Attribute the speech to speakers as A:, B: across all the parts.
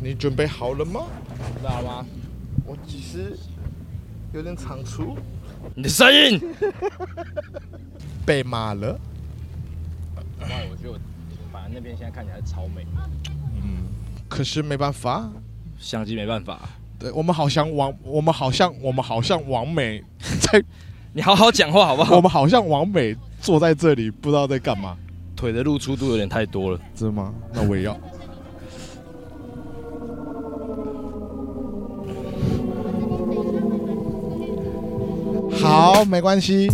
A: 你准备好了吗？知道吗？我其实有点仓促，
B: 你的声音，
A: 被骂了。
B: 哇，我觉得我反正那边现在看起来超美，
A: 嗯，可是没办法，
B: 相机没办法。
A: 对我们好像王，我们好像我们好像王美 在，
B: 你好好讲话好不
A: 我
B: 好？
A: 们好像王美坐在这里，不知道在干嘛，
B: 腿的露出度有点太多了。
A: 真的吗？那我也要。好，没关系。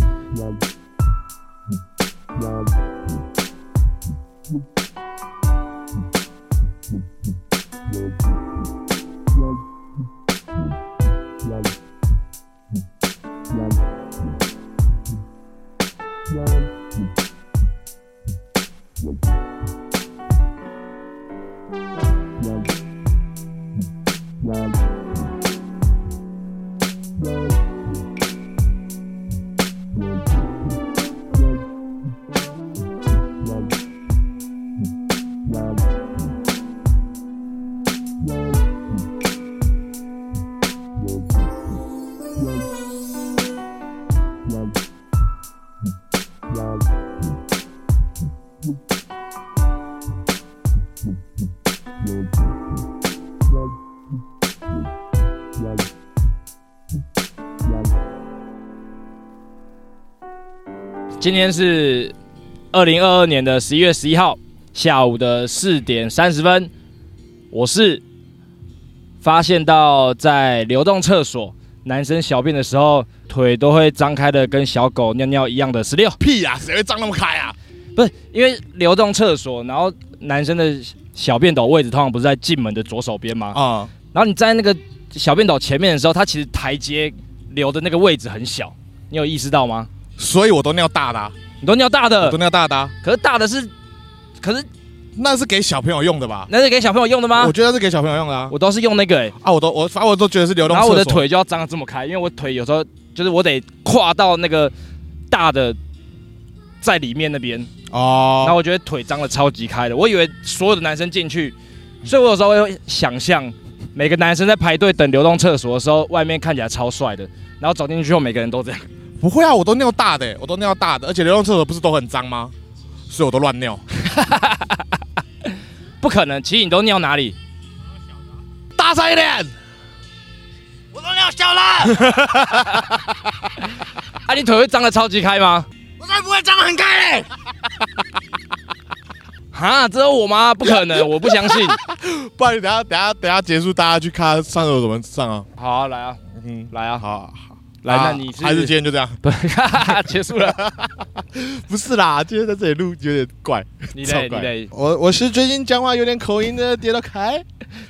B: 今天是二零二二年的十一月十一号下午的四点三十分，我是发现到在流动厕所男生小便的时候腿都会张开的跟小狗尿尿一样的十六，
A: 屁呀、谁会张那么开啊？
B: 不是因为流动厕所，然后男生的小便斗位置通常不是在进门的左手边吗？
A: 啊、
B: 然后你站在那个小便斗前面的时候，它其实台阶留的那个位置很小，你有意识到吗？
A: 所以我都尿大的啊、
B: 你都尿大的
A: 我都，尿大的啊、
B: 可是大的是，可是
A: 那是给小朋友用的吧？
B: 那是给小朋友用的吗
A: 我？觉得是给小朋友用的啊。
B: 我都是用那个、欸，
A: 啊，我都我反正我都觉得是流动
B: 然
A: 厕
B: 后
A: 所。
B: 我的腿就要张得这么开，因为我腿有时候就是我得跨到那个大的在里面那边，然后
A: 哦，
B: 我觉得腿张得超级开的，我以为所有的男生进去，
A: 嗯
B: 所以我有时候会想象每个男生在排队等流动厕所的时候，外面看起来超帅的，然后走进去后每个人都这样，
A: 不会啊，我都尿大的欸、我都尿大的，而且流动厕所不是都很脏吗？所以我都乱尿，
B: 不可能，其实你都尿哪里？
A: 大声一点。
C: 我都尿小了，
B: 啊，你腿会张得超级开吗？
C: 我才不会张得很开嘞！
B: 哈，只有我吗？不可能，我不相信。
A: 不然你等下等下等下结束，大家去看上厕所怎么上啊？
B: 好啊来啊，
A: 嗯，
B: 来啊，
A: 好，好
B: 来，
A: 啊
B: 那你是
A: 还是今天就这样？
B: 不结束了？
A: 不是啦，今天在这里录有点怪，
B: 你
A: 超
B: 嘞，你
A: 怪
B: 嘞，
A: 我我是最近讲话有点口音的跌到开，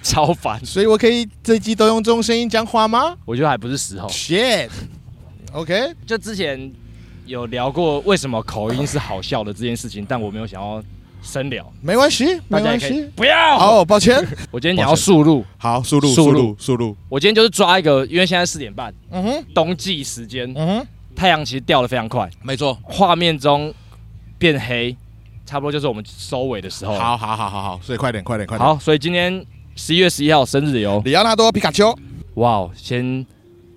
B: 超烦。
A: 所以我可以这一集都用这种声音讲话吗
B: 我觉得还不是时候。
A: ？Shit，OK，、OK？
B: 就之前有聊过为什么口音是好笑的这件事情，但我没有想要深聊，
A: 没关系，
B: 大
A: 没
B: 家
A: 关
B: 也可以
A: 系。
B: 不要。
A: 好，抱歉。
B: 我今天讲要速录，
A: 好，输入
B: 输
A: 输
B: 入
A: 入输入。
B: 我今天就是抓一个，因为现在四点半，
A: 嗯哼，
B: 冬季时间，
A: 嗯哼，
B: 太阳其实掉的非常快，
A: 没错。
B: 画面中变黑，差不多就是我们收尾的时候。，
A: 好好好好好，所以快点快点快点。，
B: 好，所以今天十一月十一号生日游，
A: 里奥纳多皮卡丘，
B: 哇哦，先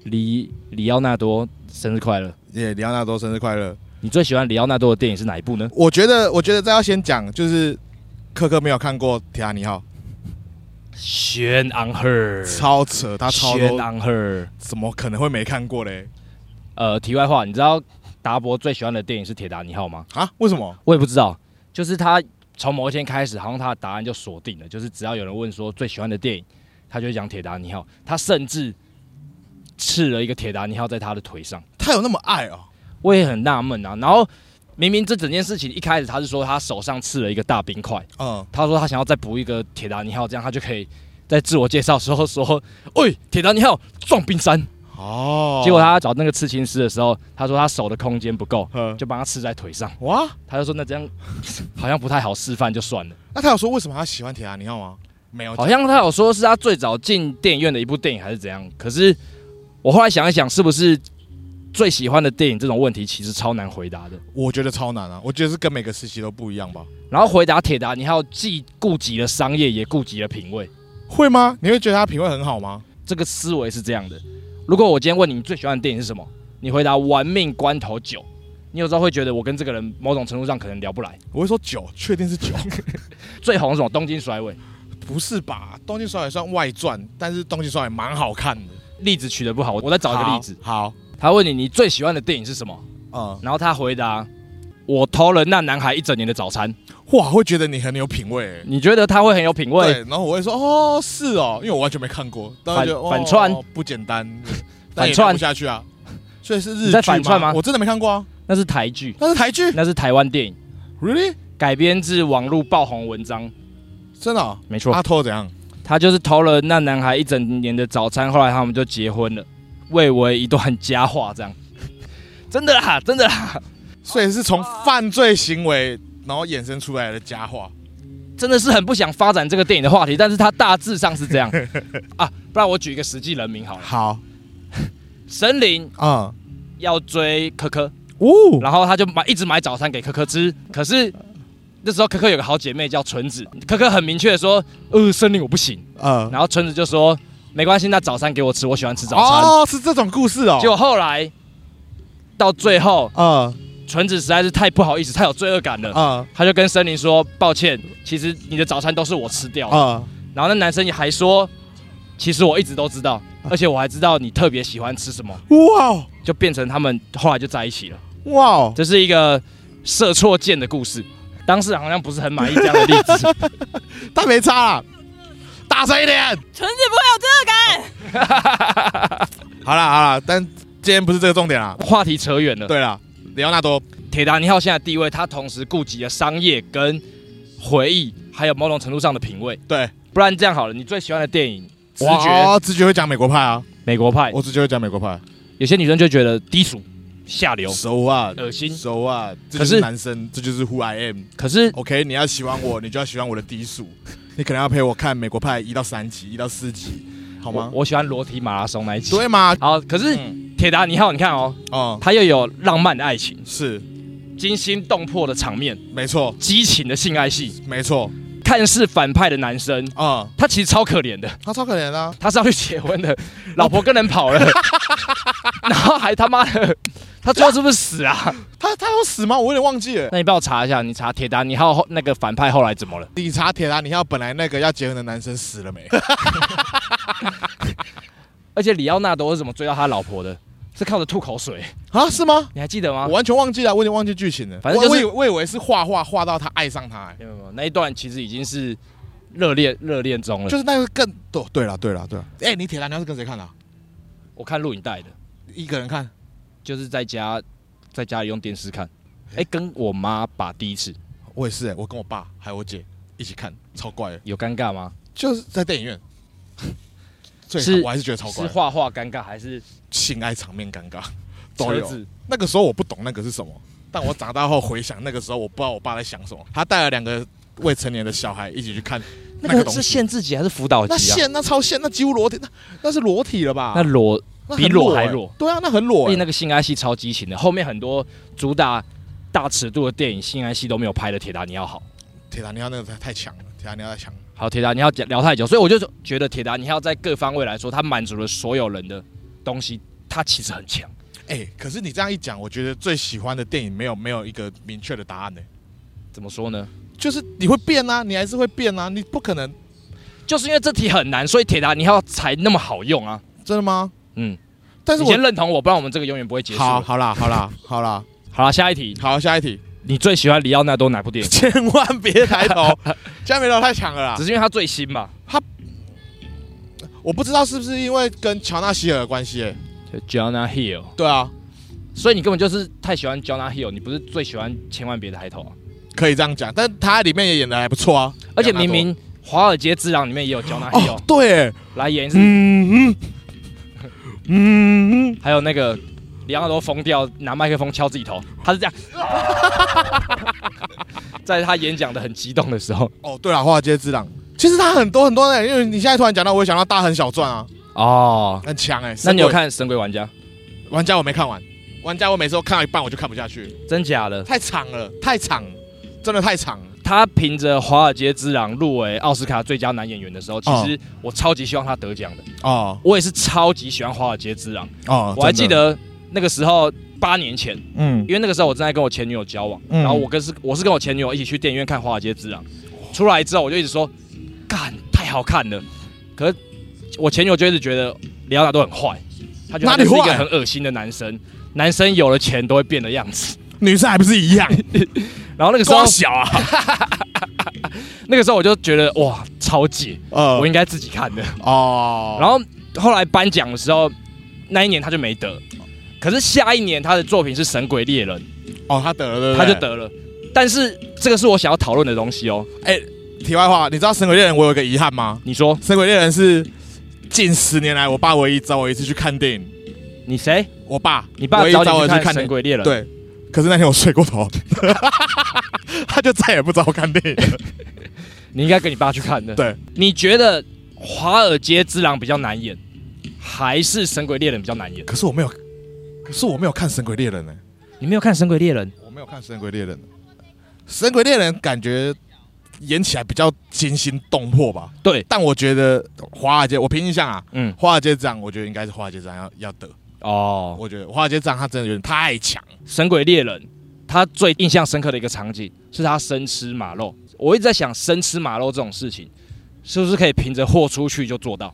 B: 里里奥纳多生日快乐！
A: 耶，里奥纳多生日快乐！
B: 你最喜欢里奥纳多的电影是哪一部呢？
A: 我觉得，我觉得这要先讲，就是科科没有看过《铁达尼号
B: 轩昂赫，》，
A: 超扯，他超
B: 轩
A: 多，
B: 昂赫。
A: 怎么可能会没看过嘞？
B: 呃，题外话，你知道达博最喜欢的电影是《铁达尼号》吗？
A: 啊？为什么？
B: 我也不知道，就是他从某一天开始，好像他的答案就锁定了，就是只要有人问说最喜欢的电影，他就会讲《铁达尼号》。他甚至刺了一个《铁达尼号》在他的腿上，
A: 他有那么爱哦？
B: 我也很纳闷啊。然后明明这整件事情一开始他是说他手上刺了一个大冰块，
A: 嗯，
B: 他说他想要再补一个铁达尼号，这样他就可以在自我介绍时候说：“喂，铁达尼号撞冰山。
A: 哦
B: 结果，他找那个刺青师的时候，他说他手的空间不够，
A: 嗯，
B: 就帮他刺在腿上。
A: 哇，
B: 他就说那这样好像不太好示范，就算了。
A: 那他有说为什么他喜欢铁达尼号吗？没有，
B: 好像他有说是他最早进电影院的一部电影还是怎样。可是我后来想一想，是不是最喜欢的电影这种问题其实超难回答的。
A: 我觉得超难啊，我觉得是跟每个时期都不一样吧。
B: 然后回答铁达尼号既顾及了商业，也顾及了品味。
A: 会吗？你会觉得他品味很好吗？
B: 这个思维是这样的：如果我今天问你，你最喜欢的电影是什么？你回答《玩命关头九》，你有时候会觉得我跟这个人某种程度上可能聊不来。
A: 我会说酒，确定是酒，
B: 最红是什么？《东京甩尾》，
A: 不是吧？《东京甩尾》算外传，但是《东京甩尾》蛮好看的。
B: 例子取得不好，我再找一个例子。
A: 好，
B: 他问你你最喜欢的电影是什么，
A: 好嗯，
B: 然后他回答：我偷了那男孩一整年的早餐。
A: 哇，会觉得你很有品味欸。
B: 你觉得他会很有品味？
A: 对，然后我会说哦，是哦，因为我完全没看过，然后
B: 反
A: 就哦
B: 反串
A: 不简 单，但
B: 反
A: 也
B: 串
A: 看不下去啊，所以是日
B: 你
A: 剧
B: 在反串吗
A: 我真的没看过啊，
B: 那是台剧，
A: 那是台剧
B: 那是台湾电影，
A: ，really
B: 改编自网络爆红文章。
A: 真的哦、
B: 没错，
A: 阿托怎样？
B: 他就是偷了那男孩一整年的早餐，后来他们就结婚了，蔚为一段佳话。这样， 真的啦，真的啦，
A: 所以是从犯罪行为然后衍生出来的佳话，
B: 真的是很不想发展这个电影的话题，但是他大致上是这样啊。不然我举一个实际人名好了，
A: 好
B: 神灵
A: 啊，
B: 要追可可，
A: 哦，
B: 然后他就买一直买早餐给可可吃，可是。那时候可可有个好姐妹叫纯子，可可很明确的说，呃，森林我不行。
A: 呃，
B: 然后纯子就说，没关系，那早餐给我吃，我喜欢吃早餐。
A: 哦，是这种故事哦，
B: 结果后来到最后，
A: 啊
B: 纯子实在是太不好意思，太有罪恶感了。
A: 啊
B: 他就跟森林说：“抱歉，其实你的早餐都是我吃掉的。
A: 啊，
B: 然后那男生也还说：“其实我一直都知道，
A: 啊
B: 而且我还知道你特别喜欢吃什么。
A: 哇哦”
B: 就变成他们后来就在一起了。
A: 哇哦，
B: 这是一个射错箭的故事。当事人好像不是很满意这样的例子。
A: 他没差啦，大声一点，
D: 纯子不会有罪恶感。
A: 好啦好啦，但今天不是这个重点啦，
B: 话题扯远了。
A: 对啦，里奥纳多
B: 铁达尼号现在的地位，它同时顾及了商业跟回忆，还有某种程度上的品味。
A: 对。
B: 不然这样好了，你最喜欢的电影《直觉》哎
A: 哇，直觉会讲美国派啊，
B: 美国派》
A: 我直觉会讲美国派，
B: 有些女生就觉得低俗、下流、
A: 熟啊，
B: 恶心。
A: 熟啊，这
B: 可
A: 就是是男生，这就是 Who I am。
B: 可是
A: OK，你要喜欢我，你就要喜欢我的低俗，你可能要陪我看美国派一到三集，一到四集，好
B: 我
A: 吗？
B: 我喜欢裸体马拉松那一集。
A: 对吗？
B: 好，可是
A: 嗯
B: 铁达尼号，你看哦，
A: 哦，
B: 它又有浪漫的爱情、
A: 是，
B: 惊心动魄的场面、
A: 没错，
B: 激情的性爱戏，
A: 没错，
B: 看似反派的男生，
A: 啊，
B: 他其实超可怜的，
A: 他超可怜的啊，
B: 他是要去结婚
A: 哦
B: 的，老婆跟人跑了， 然后还他妈的，他最后是不是死啊？
A: 他他有死吗？我有点忘记了。
B: 那你帮我查一下，你查铁达尼号后那个反派后来怎么了？
A: 理查铁达尼号本来那个要结婚的男生死了没？
B: 而且里奥纳多是怎么追到他老婆的？是靠着吐口水，
A: 啊，是吗？
B: 你还记得吗
A: 我？完全忘记了，我已经忘记剧情了。
B: 反正就是
A: 我我以为我以为是画画画到他爱上他、欸，
B: 没有没有，那一段其实已经是热恋热恋中了。
A: 就是那个更对对了对了对了。哎、你铁达尼号是跟谁看的啊、
B: 我看录影带的，
A: 一个人看
B: 就是在家在家里用电视看。哎、跟我妈把第一次
A: 我也是、欸，我跟我爸还有我姐一起看，超怪的，
B: 有尴尬吗？
A: 就是在电影院。 最
B: 是
A: 我还是觉得超
B: 是
A: 怪的，
B: 画画尴尬还是
A: 性爱场面 尴尬都
B: 车
A: 有。
B: 子？
A: 哦那个时候我不懂那个是什么，但我长大后回想，那个时候我不知道我爸在想什么。他带了两个未成年的小孩一起去看那
B: 那
A: 个
B: 个
A: 东
B: 是
A: 西，
B: 限制级还是辅导级
A: 那
B: 啊？
A: 线那超线那几乎裸体，那那是裸体了吧？
B: 那裸，
A: 那很
B: 比裸
A: 欸
B: 还裸
A: 对啊，那很裸
B: 而
A: 欸、
B: 且那个性爱戏超激情的，后面很多主打大尺度的电影性爱戏都没有拍的《铁达尼号》好。
A: 铁达尼号那个太太强了，铁达尼号太强了。
B: 好，铁达尼号讲聊太久，所以我就觉得铁达尼号在各方位来说，它满足了所有人的东西，它其实很强。
A: 哎、可是你这样一讲，我觉得最喜欢的电影没有没有一个明确的答案呢、欸
B: 怎么说呢？
A: 就是你会变啊，你还是会变啊，你不可能
B: 就是因为这题很难，所以铁达尼号才那么好用啊！
A: 真的吗？
B: 嗯，
A: 但是
B: 你
A: 我
B: 先认同我，不然我们这个永远不会结束。
A: 好，好啦，好 啦，好啦，
B: 好了，下一题，
A: 好，下一题，
B: 你最喜欢里奥纳多哪部电 影？
A: 千万别抬 头，加美罗太强了啦
B: 只。是因为它最新吧
A: 我不知道是不是因为跟乔纳希尔的关系、欸，
B: ，Jonah Hill，
A: 对啊，
B: 所以你根本就是太喜欢 Jonah Hill，你不是最喜欢千万别抬头啊！
A: 可以这样讲，但他在里面也演的还不错啊，
B: 而且
A: 两大
B: 明明《华尔街之狼》里面也有 Jonah
A: 多
B: Hill、
A: 哦，对欸、
B: 来演一次，
A: 嗯嗯嗯，
B: 还有那个里奥纳多疯掉拿麦克风敲自己头，他是这样，在他演讲的很激动的时候
A: 哦，对了，华尔街之狼，其实他很多很多的、因为你现在突然讲到，我也想到大亨小传啊，
B: 哦。
A: 很强哎、欸。
B: 那你有
A: 神
B: 看《神鬼玩家》？
A: 鬼玩家？我没看完，玩家我每次都看到一半我就看不下去，
B: 真假的？
A: 太长了，太长，真的太长了。
B: 他凭着《华尔街之狼》入围奥斯卡最佳男演员的时候，其实我超级希望他得奖的。
A: 哦
B: 我也是超级喜欢《华尔街之狼》，
A: 哦，
B: 我还
A: 真
B: 记
A: 的，
B: 得那个时候八年前，
A: 嗯
B: 因为那个时候我正在跟我前女友交往，
A: 嗯
B: 然后我跟是我是跟我前女友一起去电影院看《华尔街之狼》，出来之后我就一直说，干太好看了，可是我前女友就一直觉得里奥纳多很坏，他觉得他
A: 哪里
B: 就是一个
A: 坏
B: 很恶心的男生，男生有了钱都会变的样子。
A: 女生还不是一 样，
B: 然后那个时候
A: 光，小啊，
B: 那个时候我就觉得哇超解，
A: 呃
B: 我应该自己看的。
A: 哦，
B: 然后后来颁奖的时候，那一年他就没得，可是下一年他的作品是《神鬼猎人
A: 哦，他得了，对》，不
B: 他
A: 对
B: 就。得了。但是这个是我想要讨论的东西哦。
A: 题外话，你知道《神鬼猎人》我有一个遗憾吗？
B: 你说
A: 《神鬼猎人》是近十年来我爸唯一找我一次去看电影，
B: 你谁？
A: 我爸，
B: 你爸
A: 唯一
B: 找
A: 我
B: 你
A: 一
B: 去
A: 次
B: 看《
A: 电
B: 神
A: 影
B: 鬼猎人》？，
A: 对，可是那天我睡过头， 他就再也不找我看电影了。
B: 你应该跟你爸去看的。
A: 对，
B: 你觉得《华尔街之狼》比较难演，还是《神鬼猎人》比较难演？
A: 可是我没有，可是我没有看《神鬼猎人》呢，
B: 你没有看《神鬼猎人》？
A: 我没有看《神鬼猎人》，《神鬼猎人》感觉演起来比较惊心动魄吧？
B: 对，
A: 但我觉得华尔街，我凭印象啊，
B: 嗯，
A: 华尔街之狼，我觉得应该是华尔街之狼要要得。
B: 哦，
A: 我觉得华尔街之狼他真的有点太强了。
B: 《神鬼猎人》他最印象深刻的一个场景是他生吃马肉。我一直在想，生吃马肉这种事情，是不是可以凭着豁出去就做到？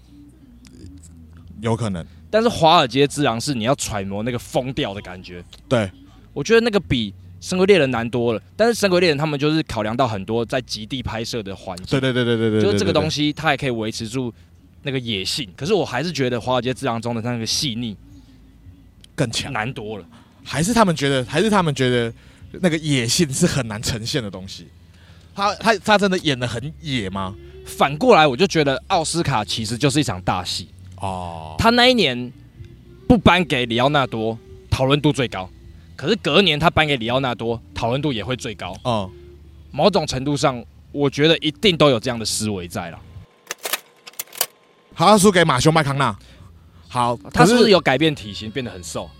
A: 有可能，
B: 但是《华尔街之狼》是你要揣摩那个疯掉的感觉。
A: 对，
B: 我觉得那个比《神鬼猎人》难多了。但是《神鬼猎人》他们就是考量到很多在极地拍摄的环境。
A: 对对对对对对，
B: 就是这个东
A: 西，
B: 西它也可以维持住那个野性。可是我还是觉得《华尔街之狼》中的那个细腻
A: 更强，
B: 难多了。
A: 还是他们觉得，还是他们觉得那个野性是很难呈现的东西。他他他真的演的很野吗？
B: 反过来，我就觉得奥斯卡其实就是一场大戏。
A: 哦，
B: 他那一年不颁给里奥纳多，讨论度最高。可是隔年他颁给里奥纳多，讨论度也会最高。
A: 哦，
B: 某种程度上，我觉得一定都有这样的思维在了。
A: 好，他输给马修麦康纳。好，
B: 哦他是不
A: 可
B: 是有改变体型，变得很瘦？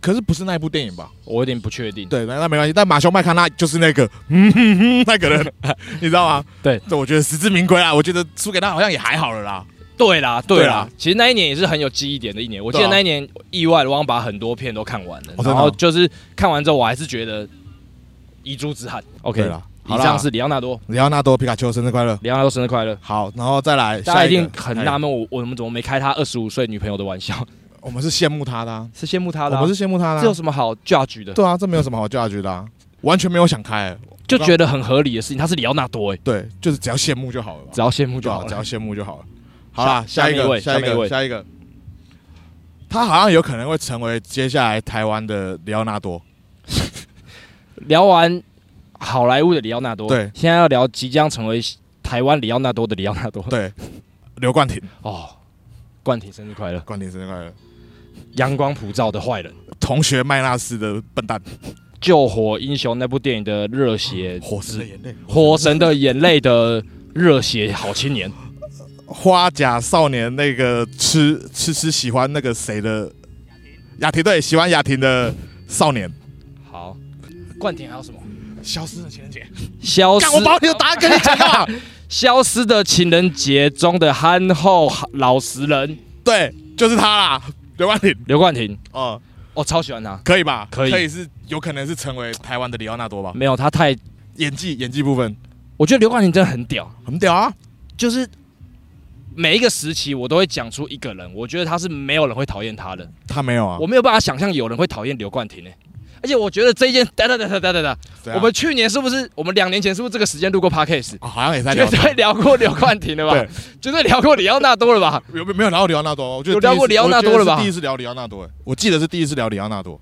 A: 可是不是那一部电影吧？
B: 我有点不确定。
A: 对，那那没关系。但马修麦康纳就是那个， 嗯哼哼，那个人，你知道吗？
B: 对
A: 这我觉得实至名归啦。我觉得输给他好像也还好了啦。
B: 对啦，对
A: 对
B: 啦
A: 啦，
B: 其实那一年也是很有记忆点的一年。我记得
A: 对啊
B: 那一年意外的忘把很多片都看完了，
A: 哦真的
B: 然
A: 哦
B: 后就是看完之后，我还是觉得遗珠之憾。OK
A: 对啦，
B: 以
A: 好啦
B: 上是里奥纳多，
A: 里奥纳多·皮卡丘生日快乐。
B: 里奥纳多生日快乐！
A: 好，然后再来，
B: 大家
A: 下
B: 一哎
A: 个
B: 定很纳。闷，我我们怎么没开他二十五岁女朋友的玩笑？
A: 哎我们是羡慕他的啊，
B: 是羡慕他
A: 我
B: 的啊，
A: 们是羡慕他的
B: 这有
A: 啊。
B: 什么好 judge 的？
A: 对啊，这没有什么好 judge 的啊，完全没有想开。哎
B: 就觉得很合理的事情，他是里奥纳多哎，
A: 对，就是只要羡慕就好了吧。
B: 只要羡慕就
A: 对
B: 好
A: 啊，只
B: 了。
A: 要羡慕就好了。好啦，
B: 下
A: 下一
B: 下面一位
A: 个，下一
B: 下面一位
A: 个，下一个。他好像有可能会成为接下来台湾的里奥纳多。
B: 聊完好莱坞的里奥纳多，
A: 对
B: 现在要聊即将成为台湾里奥纳多的里奥纳多。
A: 对，刘冠廷，
B: 哦，冠廷生日快乐！
A: 冠廷生日快乐。
B: 阳光普照的坏人。
A: 同学麦纳斯的笨蛋，
B: 《救火英雄》那部电影的热血，
A: 火神的眼泪，
B: 火神的眼泪的热血好青年，
A: 花甲少年那个吃吃吃喜欢那个谁的雅婷，对，喜欢雅婷的少年，
B: 好。冠廷还有什么？
A: 消失的情人节，
B: 消失
A: 干，我把你的答案跟你讲啊，
B: 消失的情人节中的憨厚老实人
A: 对，就是他啦，刘冠廷，
B: 刘冠廷，
A: 哦、
B: 我、超喜欢他。
A: 可以吧？
B: 可以
A: 可以是有可能是成为台湾的里奥纳多吧？
B: 没有他太，
A: 演技，演技部分
B: 我觉得刘冠廷真的很屌，
A: 很屌啊，
B: 就是每一个时期我都会讲出一个人，我觉得他是没有人会讨厌他的，
A: 他没有啊
B: 我，没有办法想象有人会讨厌刘冠廷诶、欸而且我觉得这一件，哒哒哒哒哒哒哒，
A: 怎
B: 我
A: 样
B: 们去年是不是，我们两年前是不是这个时间录过 podcast？
A: 哦好像 也在
B: 绝
A: 聊，
B: 对聊过刘冠廷了吧
A: 对？
B: 绝对聊过里奥纳多了吧？
A: 有没有聊过里奥纳多？我觉得
B: 有聊过里奥纳多了
A: 我觉得
B: 吧
A: 是第一次聊里奥纳多、欸，我记得是第一次聊里奥纳多，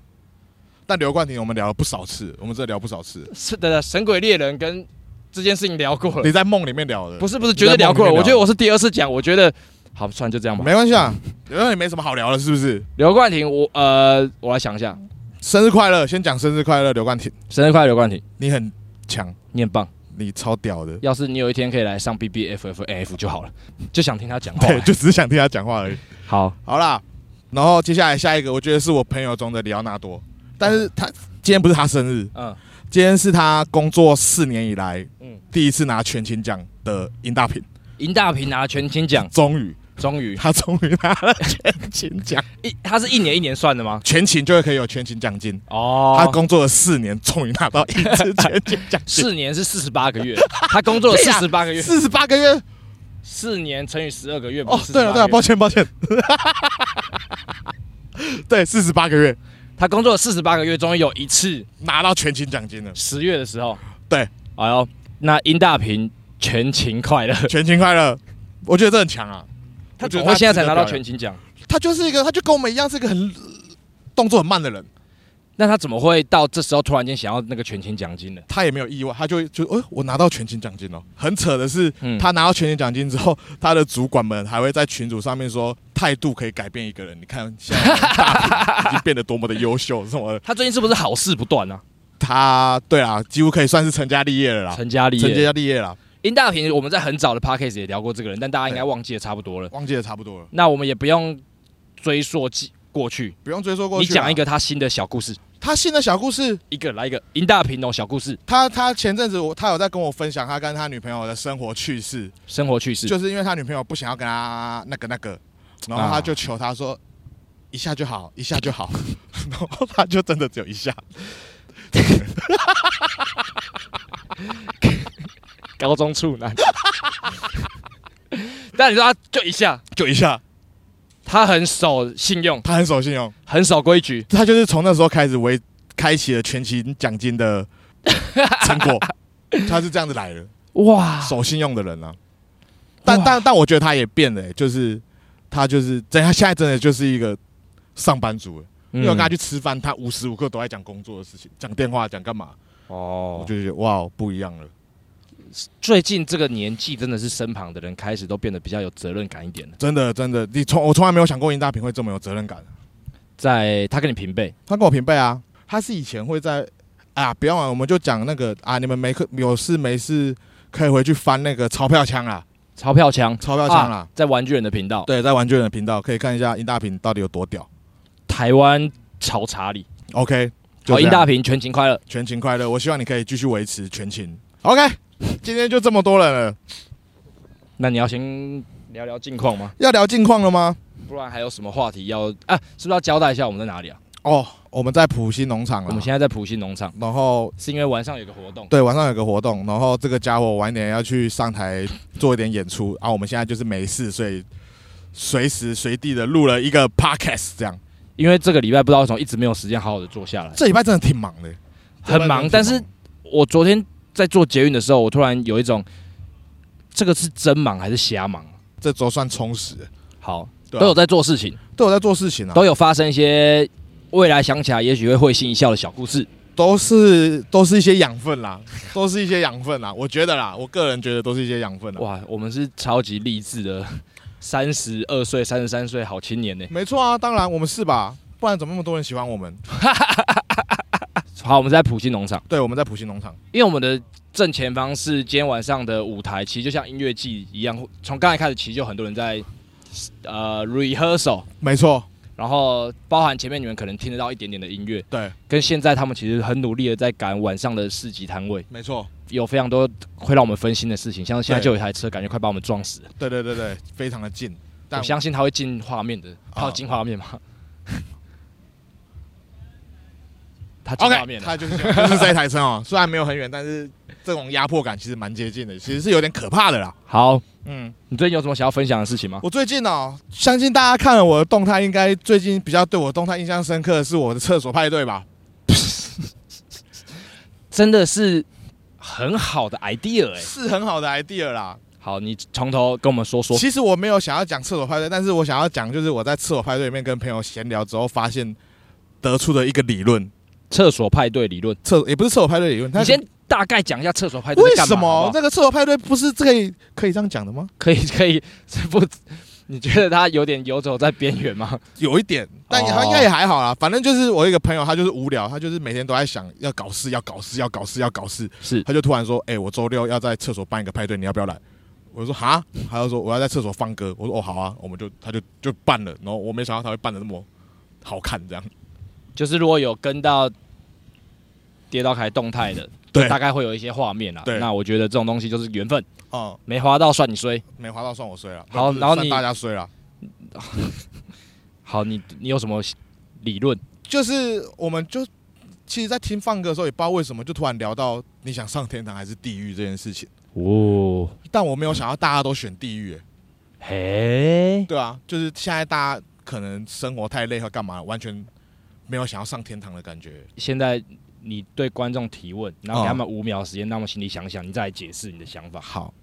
A: 但刘冠廷我们聊了不少次，我们这聊不少次，
B: 是的，《神鬼猎人》跟这件事情聊过了
A: 你，在梦里面聊的，
B: 不是不是，绝对聊过
A: 你在梦
B: 了。
A: 里面聊
B: 我觉得我是第二次讲，我觉得好，算了，就这样吧。
A: 没关系啊，刘冠廷没什么好聊的，是不是？
B: 刘冠廷，我呃，我来想一下，
A: 生日快乐，先讲生日快乐，刘冠廷，
B: 生日快乐，刘冠廷，
A: 你很强，
B: 你很棒。
A: 你超屌的，
B: 要是你有一天可以来上 B B F F N F 就好了， 就想听他讲话。
A: 对， 就只是想听他讲话而已。
B: 好，
A: 好啦，然
B: 哦
A: 后接下来下一个，我觉得是我朋友中的里奥纳多，但是他今天不是他生日，
B: 嗯，
A: 今天是他工作四年以来，
B: 嗯
A: 嗯，第一次拿全勤奖的尹大平，
B: 赢大平拿全勤奖，
A: 终于
B: 终于
A: 他终于拿了全勤 奖，
B: 一他是一年一年算的吗？
A: 全勤就会可以有全勤奖金。
B: 哦，
A: 他工作了四年，终于拿到一次全勤奖金，
B: 四年是四十八个月， 他工作了四十八个月，
A: 四十八个月。
B: 四年乘以十二个月，
A: 哦
B: 不，是
A: 对了对了，
B: 48个月
A: 抱歉抱歉， 对，四十八个月
B: 他工作了四十八个月，终于有一次
A: 拿到全勤奖金 了，
B: 十月的时候，
A: 对，
B: 哎呦，那殷大平全勤快乐，
A: 全勤快乐。我觉得这很强啊，
B: 他
A: 我
B: 怎
A: 觉得
B: 么会现在才拿到
A: 值得表
B: 全
A: 扬？
B: 勤奖？
A: 他就是一个，他就跟我们一样，是一个很动作很慢的人。
B: 那他怎么会到这时候突然间想要那个全勤奖金呢？
A: 他也没有意外，他就就哎、我拿到全勤奖金了。很扯的是，
B: 嗯
A: 他拿到全勤奖金之后，他的主管们还会在群组上面说，态度可以改变一个人。你看现在大已经变得多么的优秀，什么的
B: 他最近是不是好事不断啊？
A: 他对啊，几乎可以算是成家立业了啦，
B: 成家立
A: 啊成
B: 业。
A: 家立业了，
B: 殷大平，我们在很早的 podcast 也聊过这个人，但大家应该忘记的差不多了。
A: 忘记的差不多了，
B: 那我们也不用追溯记过去，
A: 不用追溯过
B: 你
A: 去啦。啊
B: 讲一个他新的小故事，
A: 他新的小故事，
B: 一个来一个殷大平哦，小故事，
A: 他他前阵子我他有在跟我分享他跟他女朋友的生活趣事，
B: 生活趣事。
A: 就是因为他女朋友不想要跟他那个那个，然后他就求他说、一下就好，一下就 好，然后他就真的只有一下，
B: 高中处男。 但你说他就一下，
A: 就一下。
B: 他很守信用，
A: 他很守信用，
B: 很守规矩，
A: 他就是从那时候开始为开启了全勤奖金 的成果，他是这样子来的，
B: 哇，
A: 守信用的人啊。但但但我觉得他也变了、欸就是他就是真他现在真的就是一个上班族了。因为我跟他去吃饭，他无时无刻都在讲工作的事情，讲电话，讲干嘛，我
B: 哦，
A: 就觉得哇，不一样了。
B: 最近这个年纪真的是身旁的人开始都变得比较有责任感一点了，
A: 真的真的，你从我从来没有想过林大平会这么有责任感。
B: 在他跟你平辈，
A: 他跟我平辈啊，他是以前会在啊，不要玩，我们就讲那个啊，你们没课有事没事可以回去翻那个钞票枪啦，
B: 钞票枪，
A: 钞票枪啦。
B: 啊在玩具人的频道，
A: 对，在玩具人的频道可以看一下殷大平到底有多屌。
B: 台湾炒茶里，
A: OK，就
B: 好，
A: 这样
B: 殷大平全勤快乐，
A: 全勤快乐，我希望你可以继续维持全勤。OK，今天就这么多人了，
B: 那你要先聊聊近况吗？
A: 要聊近况了吗？
B: 不然还有什么话题要啊？是不是要交代一下我们在哪里啊？
A: 哦，我们在普西农场了，
B: 我们现在在普信农场，
A: 然后
B: 是因为晚上有个活动，
A: 对晚上有个活动，然后这个家伙晚一点要去上台做一点演出，啊然、后我们现在就是没事，所以随时随地的录了一个 podcast 这样。
B: 因为这个礼拜不知道为什么一直没有时间好好的坐下来，
A: 这礼拜真的挺忙的，
B: 很忙。
A: 这
B: 但
A: 礼拜真的
B: 是
A: 挺忙
B: 我昨天在做捷运的时候，我突然有一种，这个是真忙还是瞎忙？
A: 这周算充实的，
B: 好，
A: 对啊
B: 都有在做事情，
A: 都有在做事情啊，都
B: 都有发生一些未来想起来也许会会心一笑的小故事。
A: 都是都是一些养分啦，都是一些养分啦，我觉得啦，我个人觉得都是一些养分啦。
B: 哇，我们是超级励志的，三十二岁、三十三岁好青年呢。
A: 没错啊，当然我们是吧，不然怎么那么多人喜欢我们？
B: 好，我们在普信农场，
A: 对，我们在普信农场，
B: 因为我们的正前方是今天晚上的舞台，其实就像音乐季一样，从刚才开始，其实就很多人在呃 rehearsal。
A: 没错，
B: 然后包含前面你们可能听得到一点点的音乐，
A: 对，
B: 跟现在他们其实很努力的在赶晚上的市集摊位，
A: 没错，
B: 有非常多会让我们分心的事情，像现在
A: 对
B: 就有一台车感觉快把我们撞死了，
A: 对对对对，非常的近。但啊
B: 我相信它会进画面的，它有进画面吗？它进画
A: OK，
B: 面了，啊
A: 他就是这样就是这一台车哦， 虽然没有很远，但是这种压迫感其实蛮接近的，其实是有点可怕的啦。
B: 好，
A: 嗯，
B: 你最近有什么想要分享的事情吗？
A: 我最近哦，相信大家看了我的动态，应该最近比较对我的动态印象深刻的是我的厕所派对吧？
B: 真的是很好的 idea 哎、
A: 是很好的 idea 啦。
B: 好，你从头跟我们说说，
A: 其实我没有想要讲厕所派对，但是我想要讲就是我在厕所派对里面跟朋友闲聊之后发现得出的一个理论，
B: 厕所派对理论，
A: 厕也不是厕所派对理论，它
B: 你先大概讲一下厕所派对
A: 为
B: 在干
A: 什
B: 嘛好不
A: 么
B: 好
A: 这个厕所派对不是这个可以这样讲的吗？
B: 可以可以， 这不，你觉得他有点游走在边缘 吗？
A: 有一点，但也
B: 哦
A: 应该也还好啦。反正就是我一个朋友，他就是无聊，他就是每天都在想要搞事，要搞事，要搞事，要搞事。
B: 是
A: 他就突然说：“哎、我周六要在厕所办一个派对，你要不要来？”我说：“哈。”他就说：“我要在厕所放歌。”我说：“哦，好啊。”我们就他就就办了，然后我没想到他会办的那么好看，这样
B: 就是如果有跟到跌到开动态的，
A: 对
B: 大概会有一些画面啦。啊
A: 对
B: 那我觉得这种东西就是缘分，
A: 哦，
B: 没划到算你衰。
A: 没划到算我衰了，
B: 好
A: 不是
B: 然后
A: 算
B: 你
A: 大家衰了，
B: 好，你你有什么理论？
A: 就是我们就其实，在听放歌的时候，也不知道为什么就突然聊到你想上天堂还是地狱这件事情，
B: 哦，
A: 但我没有想到大家都选地狱、欸
B: 嘿，
A: 对啊，就是现在大家可能生活太累或干嘛，完全没有想要上天堂的感觉。
B: 现在你对观众提问，然后给
A: 哦
B: 他们五秒时间，让他们心里想想，你再来解释你的想法。
A: 好，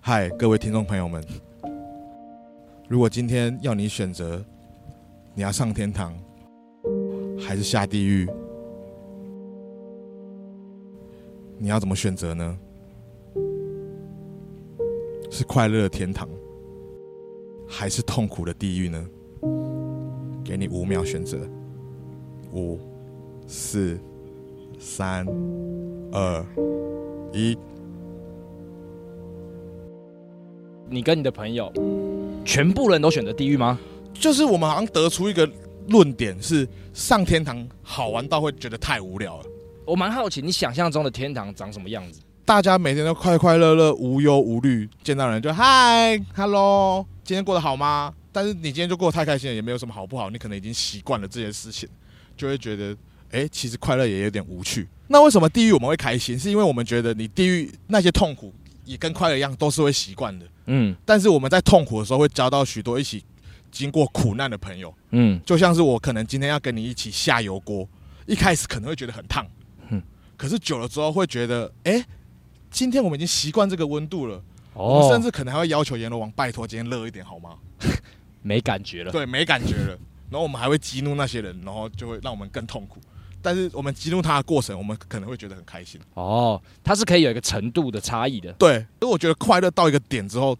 A: 嗨，各位听众朋友们，如果今天要你选择，你要上天堂还是下地狱，你要怎么选择呢？是快乐的天堂，还是痛苦的地狱呢？给你五秒选择，五、四、三、二、一。
B: 你跟你的朋友，全部人都选择地狱吗？
A: 就是我们好像得出一个论点是，上天堂好玩到会觉得太无聊了。
B: 我蛮好奇，你想象中的天堂长什么样子？
A: 大家每天都快快乐乐、无忧无虑，见到人就嗨，hello，今天过得好吗？但是你今天就过得太开心了，也没有什么好不好，你可能已经习惯了这些事情，就会觉得，哎、其实快乐也有点无趣。那为什么地狱我们会开心？是因为我们觉得你地狱那些痛苦也跟快乐一样，都是会习惯的。
B: 嗯
A: 但是我们在痛苦的时候会交到许多一起经过苦难的朋友，
B: 嗯，
A: 就像是我可能今天要跟你一起下油锅，一开始可能会觉得很烫，
B: 嗯
A: 可是久了之后会觉得，哎、今天我们已经习惯这个温度了，
B: 哦
A: 我们甚至可能还会要求阎罗王，拜托今天热一点好吗？
B: 没感觉了。
A: 对，没感觉了。然后我们还会激怒那些人，然后就会让我们更痛苦。但是我们激怒他的过程，我们可能会觉得很开心。
B: 哦，它是可以有一个程度的差异的。
A: 对，所以我觉得快乐到一个点之后，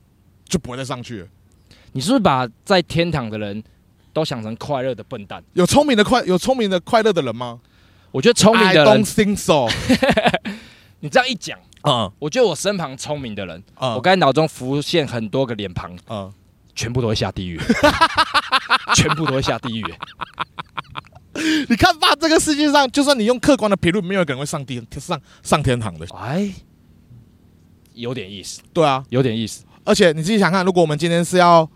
A: 就不会再上去了。
B: 你是不是把在天堂的人都想成快乐的笨蛋？
A: 有聪明的快，有聪明的快乐的人吗？
B: 我觉得聪明的
A: I don't
B: 人，
A: think so
B: 你这样一讲，
A: 嗯。
B: 我觉得我身旁聪明的人，
A: 嗯
B: 我刚才脑中浮现很多个脸庞，
A: 嗯，
B: 全部都会下地狱， 全部都会下地狱。
A: 你看吧，这个世界上，就算你用客观的评论，没有一个人会上天上上天堂的。
B: 哎，有点意思，
A: 对啊，
B: 有点意思。
A: 而且你自己想看，如果我们今天是要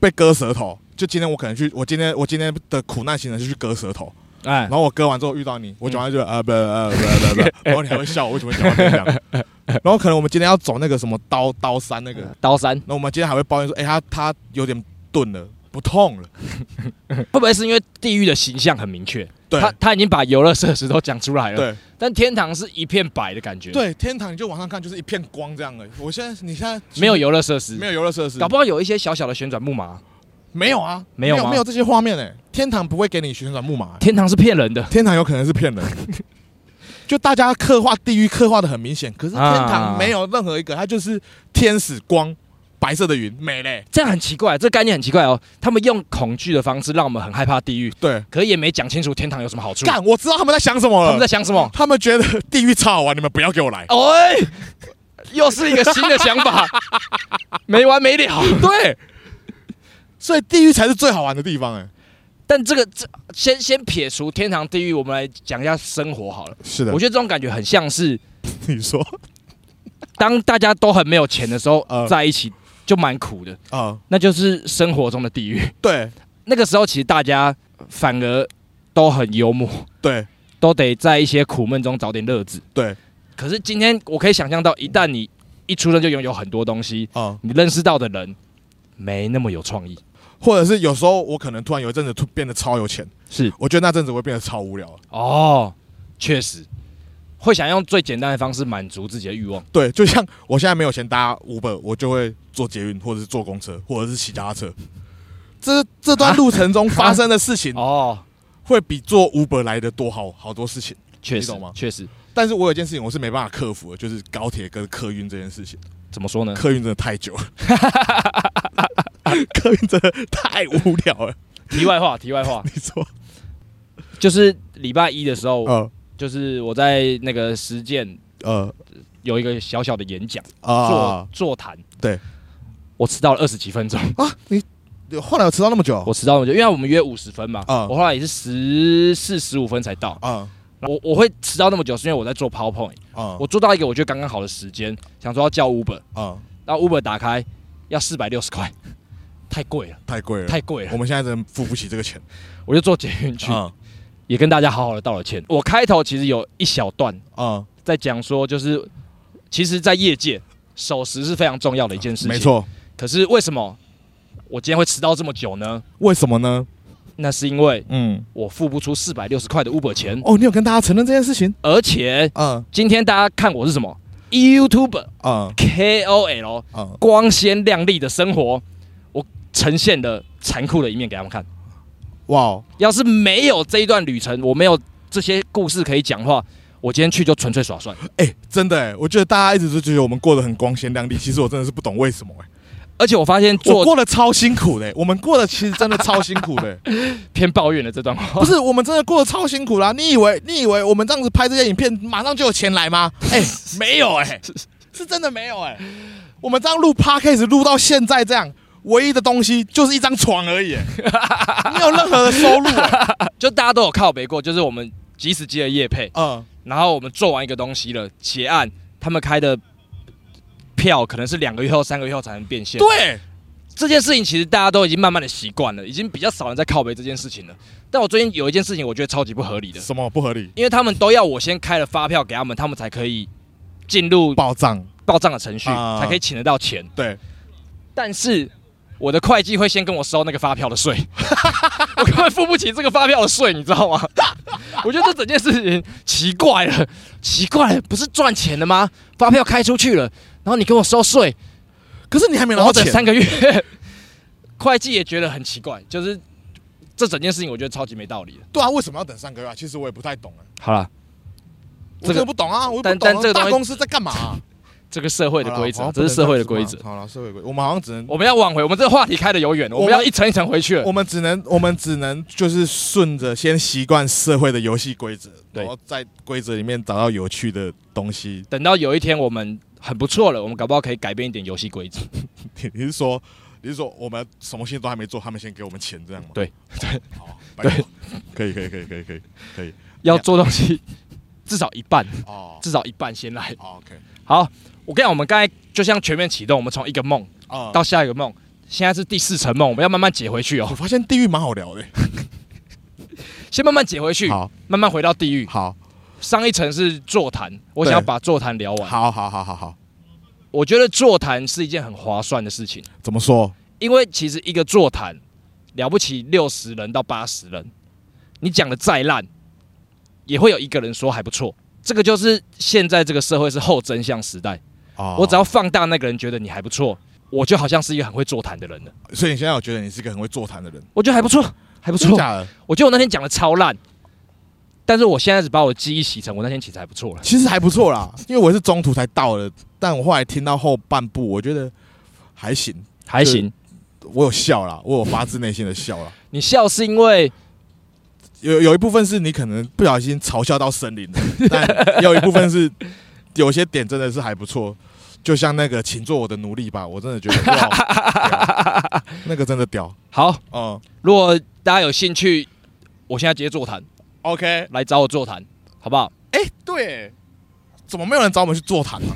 A: 被割舌头，就今天我可能去，我今天我今天的苦难行程是去割舌头，
B: 哎
A: 然，后我割完之后遇到你，我讲话就啊不啊不不不，然后你还会笑我为什么讲话这样，然后可能我们今天要走那个什么刀刀山那个，
B: 刀山
A: 那我们今天还会抱怨说，哎、他他有点钝了，不痛了，
B: 会不会是因为地狱的形象很明确？
A: 对
B: 他他已经把游乐设施都讲出来了。
A: 对。
B: 但天堂是一片白的感觉，，
A: 对，天堂你就往上看就是一片光这样的。我现在你现在
B: 没有游乐设施，
A: 没有游乐设施，
B: 搞不好有一些小小的旋转木马。
A: 没有啊，
B: 没有吗
A: 没有这些画面哎、天堂不会给你旋转木马、欸，
B: 天堂是骗人的，
A: 天堂有可能是骗人。 就大家刻画地狱刻画的很明显，可是天
B: 啊
A: 堂没有任何一个，它就是天使光、白色的云，美嘞、
B: 这样很奇怪，这概念很奇怪哦。他们用恐惧的方式让我们很害怕地狱，
A: 对，
B: 可也没讲清楚天堂有什么好处。
A: 干，我知道他们在想什么了。
B: 他们在想什么？
A: 他们觉得地狱超好玩，你们不要给我来。
B: 哎，又是一个新的想 法，没完没了。
A: 对，所以地狱才是最好玩的地方哎、
B: 但这个这先先撇除天堂地狱，我们来讲一下生活好了。
A: 是的
B: 我觉得这种感觉很像是
A: 你说
B: 当大家都很没有钱的时候
A: 呃
B: 在一起，就蛮苦的，
A: 啊、
B: 那就是生活中的地狱。
A: 对
B: 那个时候其实大家反而都很幽默，
A: 对
B: 都得在一些苦闷中找点乐子。
A: 对
B: 可是今天我可以想象到，一旦你一出生就拥有很多东西，
A: 啊、
B: 你认识到的人没那么有创意。
A: 或者是有时候我可能突然有一阵子突变得超有钱，
B: 是
A: 我觉得那阵子我会变得超无聊。
B: 哦，确实会想用最简单的方式满足自己的欲望。
A: 对，就像我现在没有钱搭 Uber，我就会坐捷运，或者是坐公车，或者是骑脚踏车。这这段路程中发生的事情，
B: 哦，
A: 会比坐 Uber 来的多好好多事情。
B: 确实
A: 你懂吗，
B: 确实
A: 但是我有一件事情我是没办法克服的，就是高铁跟客运这件事情。
B: 怎么说 呢？
A: 客运真的太久了，客运真的太无聊了。
B: 题外话，题外话，
A: 你说，
B: 就是礼拜一的时候，
A: 呃
B: 就是我在那个实践
A: 呃
B: 有一个小小的演讲，
A: 啊
B: 座座谈，
A: 对
B: 我迟到了二十几分钟。
A: 啊！你有后来有迟到那么久
B: 我迟到那么久，因为我们约五十分嘛，
A: 嗯
B: 我后来也是十四十五分才到。
A: 啊
B: 我我会迟到那么久，是因为我在做 PowerPoint，
A: 啊
B: 我做到一个我觉得刚刚好的时间，想说要叫 Uber，
A: 啊！
B: 然后 Uber 打开要四百六十块， 太贵了，
A: 太贵了，
B: 太贵了
A: 我，们现在真的付不起这个钱
B: 我就坐捷运去，
A: 啊
B: 也跟大家好好的道了歉。我开头其实有一小段
A: 啊！
B: 在讲说，就是其实，在业界守时是非常重要的一件事情。
A: 没。错，
B: 可是为什么我今天会迟到这么久呢？
A: 为什么呢？
B: 那是因为
A: 嗯，
B: 我付不出四百六十块的 Uber 钱，
A: 哦，你有跟大家承认这件事情？
B: 而且
A: 嗯
B: 今天大家看我是什么 YouTuber、
A: 嗯
B: KOL，
A: 嗯，
B: 光鲜亮丽的生活，我呈现了残酷的一面给他们看。
A: 哇哦，
B: 要是没有这一段旅程，我没有这些故事可以讲的话，我今天去就纯粹耍帅。
A: 哎，真的哎，我觉得大家一直都觉得我们过得很光鲜亮 丽，其实我真的是不懂为什么哎，
B: 而且我发现
A: 我
B: 做
A: 过得超辛苦的欸，我们过得其实真的超辛苦 的欸。
B: 偏抱怨的这段话
A: 不，是，我们真的过得超辛苦啦、你以为你以为我们这样子拍这些影片，马上就有钱来吗？哎、 没有哎、
B: 欸
A: 是真的没有哎、我们这样录 podcast 录到现在这样，唯一的东西就是一张床而 已、欸，没有任何的收入、欸。
B: 就大家都有靠北过，就是我们即使接了业配，
A: 嗯
B: 然后我们做完一个东西了，结案，他们开的票可能是两个月后、三个月后才能变现。
A: 对，
B: 这件事情，其实大家都已经慢慢的习惯了，已经比较少人在靠北这件事情了。但我最近有一件事情，我觉得超级不合理的，
A: 什么不合理？
B: 因为他们都要我先开了发票给他们，他们才可以进入
A: 报账，
B: 报账的程序，
A: 啊
B: 才可以请得到钱。
A: 对，
B: 但是我的会计会先跟我收那个发票的税， 我根本付不起这个发票的税，你知道吗？ 我觉得这整件事情奇怪了，奇怪了，不是赚钱的吗？发票开出去了，然后你跟我收税，
A: 可是你还没
B: 然
A: 拿
B: 后
A: 到
B: 等
A: 钱，
B: 三个月， 会计也觉得很奇怪，就是这整件事情我觉得超级没道理的。
A: 对啊，为什么要等三个月、啊？其实我也不太懂哎、
B: 好了，
A: 我真
B: 这个
A: 的不懂啊，我也不懂、
B: 但
A: 啊。
B: 但这个东西
A: 大公司在干嘛啊、
B: 这个社会的
A: 好啦
B: 规
A: 好
B: 则，
A: 像不能
B: 这是社会的
A: 样
B: 规
A: 子
B: 则
A: 嘛。好了，社会规则，我们好像只能
B: 我们要挽回，我们这个话题开的有远了，我们
A: 我们
B: 要一层一层回去了。
A: 我们只能，我们只能就是顺着先习惯社会的游戏规则，
B: 对
A: 然后在规则里面找到有趣的东西。
B: 等到有一天我们很不错了，我们搞不好可以改变一点游戏规则。
A: 你你是说，你是说我们什么事情都还没做，他们先给我们钱这样吗？
B: 对
A: 对，好，可以可以可以可以可以可以
B: 要做东西，至少一半，
A: 哦
B: 至少一半先来。
A: 哦，OK
B: 好，我跟你讲，我们刚才就像全面启动，我们从一个梦
A: 啊
B: 到下一个梦，现在是第四层梦，我们要慢慢解回去
A: 我
B: 哦，
A: 发现地狱蛮好聊的。
B: 先慢慢解回去，
A: 好
B: 慢慢回到地狱。
A: 好
B: 上一层是座谈，我
A: 对
B: 想要把座谈聊完。
A: 好好好好好，
B: 我觉得座谈是一件很划算的事情，
A: 怎么说？
B: 因为其实一个座谈了不起六十人到八十人，你讲的再烂，也会有一个人说还不错。这个就是现在这个社会是后真相时代。
A: 哦
B: 我只要放大那个人觉得你还不错，我就好像是一个很会座谈的人了。
A: 所以你现在我觉得你是一个很会座谈的人，
B: 我觉得还不错，还不
A: 真
B: 错
A: 的。假的？
B: 我觉得我那天讲的超烂，但是我现在只把我记忆洗成我那天其实还不错了。
A: 其实还不错 啦，因为我是中途才到的，但我后来听到后半部，我觉得还行。
B: 还
A: 行，我有笑啦，我有发自内心的笑 啦。
B: 你笑是因为
A: 有有一部分是你可能不小心嘲笑到森林了， 但有一部分是有些点真的是还不错，就像那个请做我的奴隶吧，我真的觉得哇 屌那个真的屌。
B: 好。
A: 嗯
B: 如果大家有兴趣，我现在直接座谈，
A: ，OK，哎、
B: 来找我座谈，好不好？
A: 对，怎么没有人找我们去座谈啊？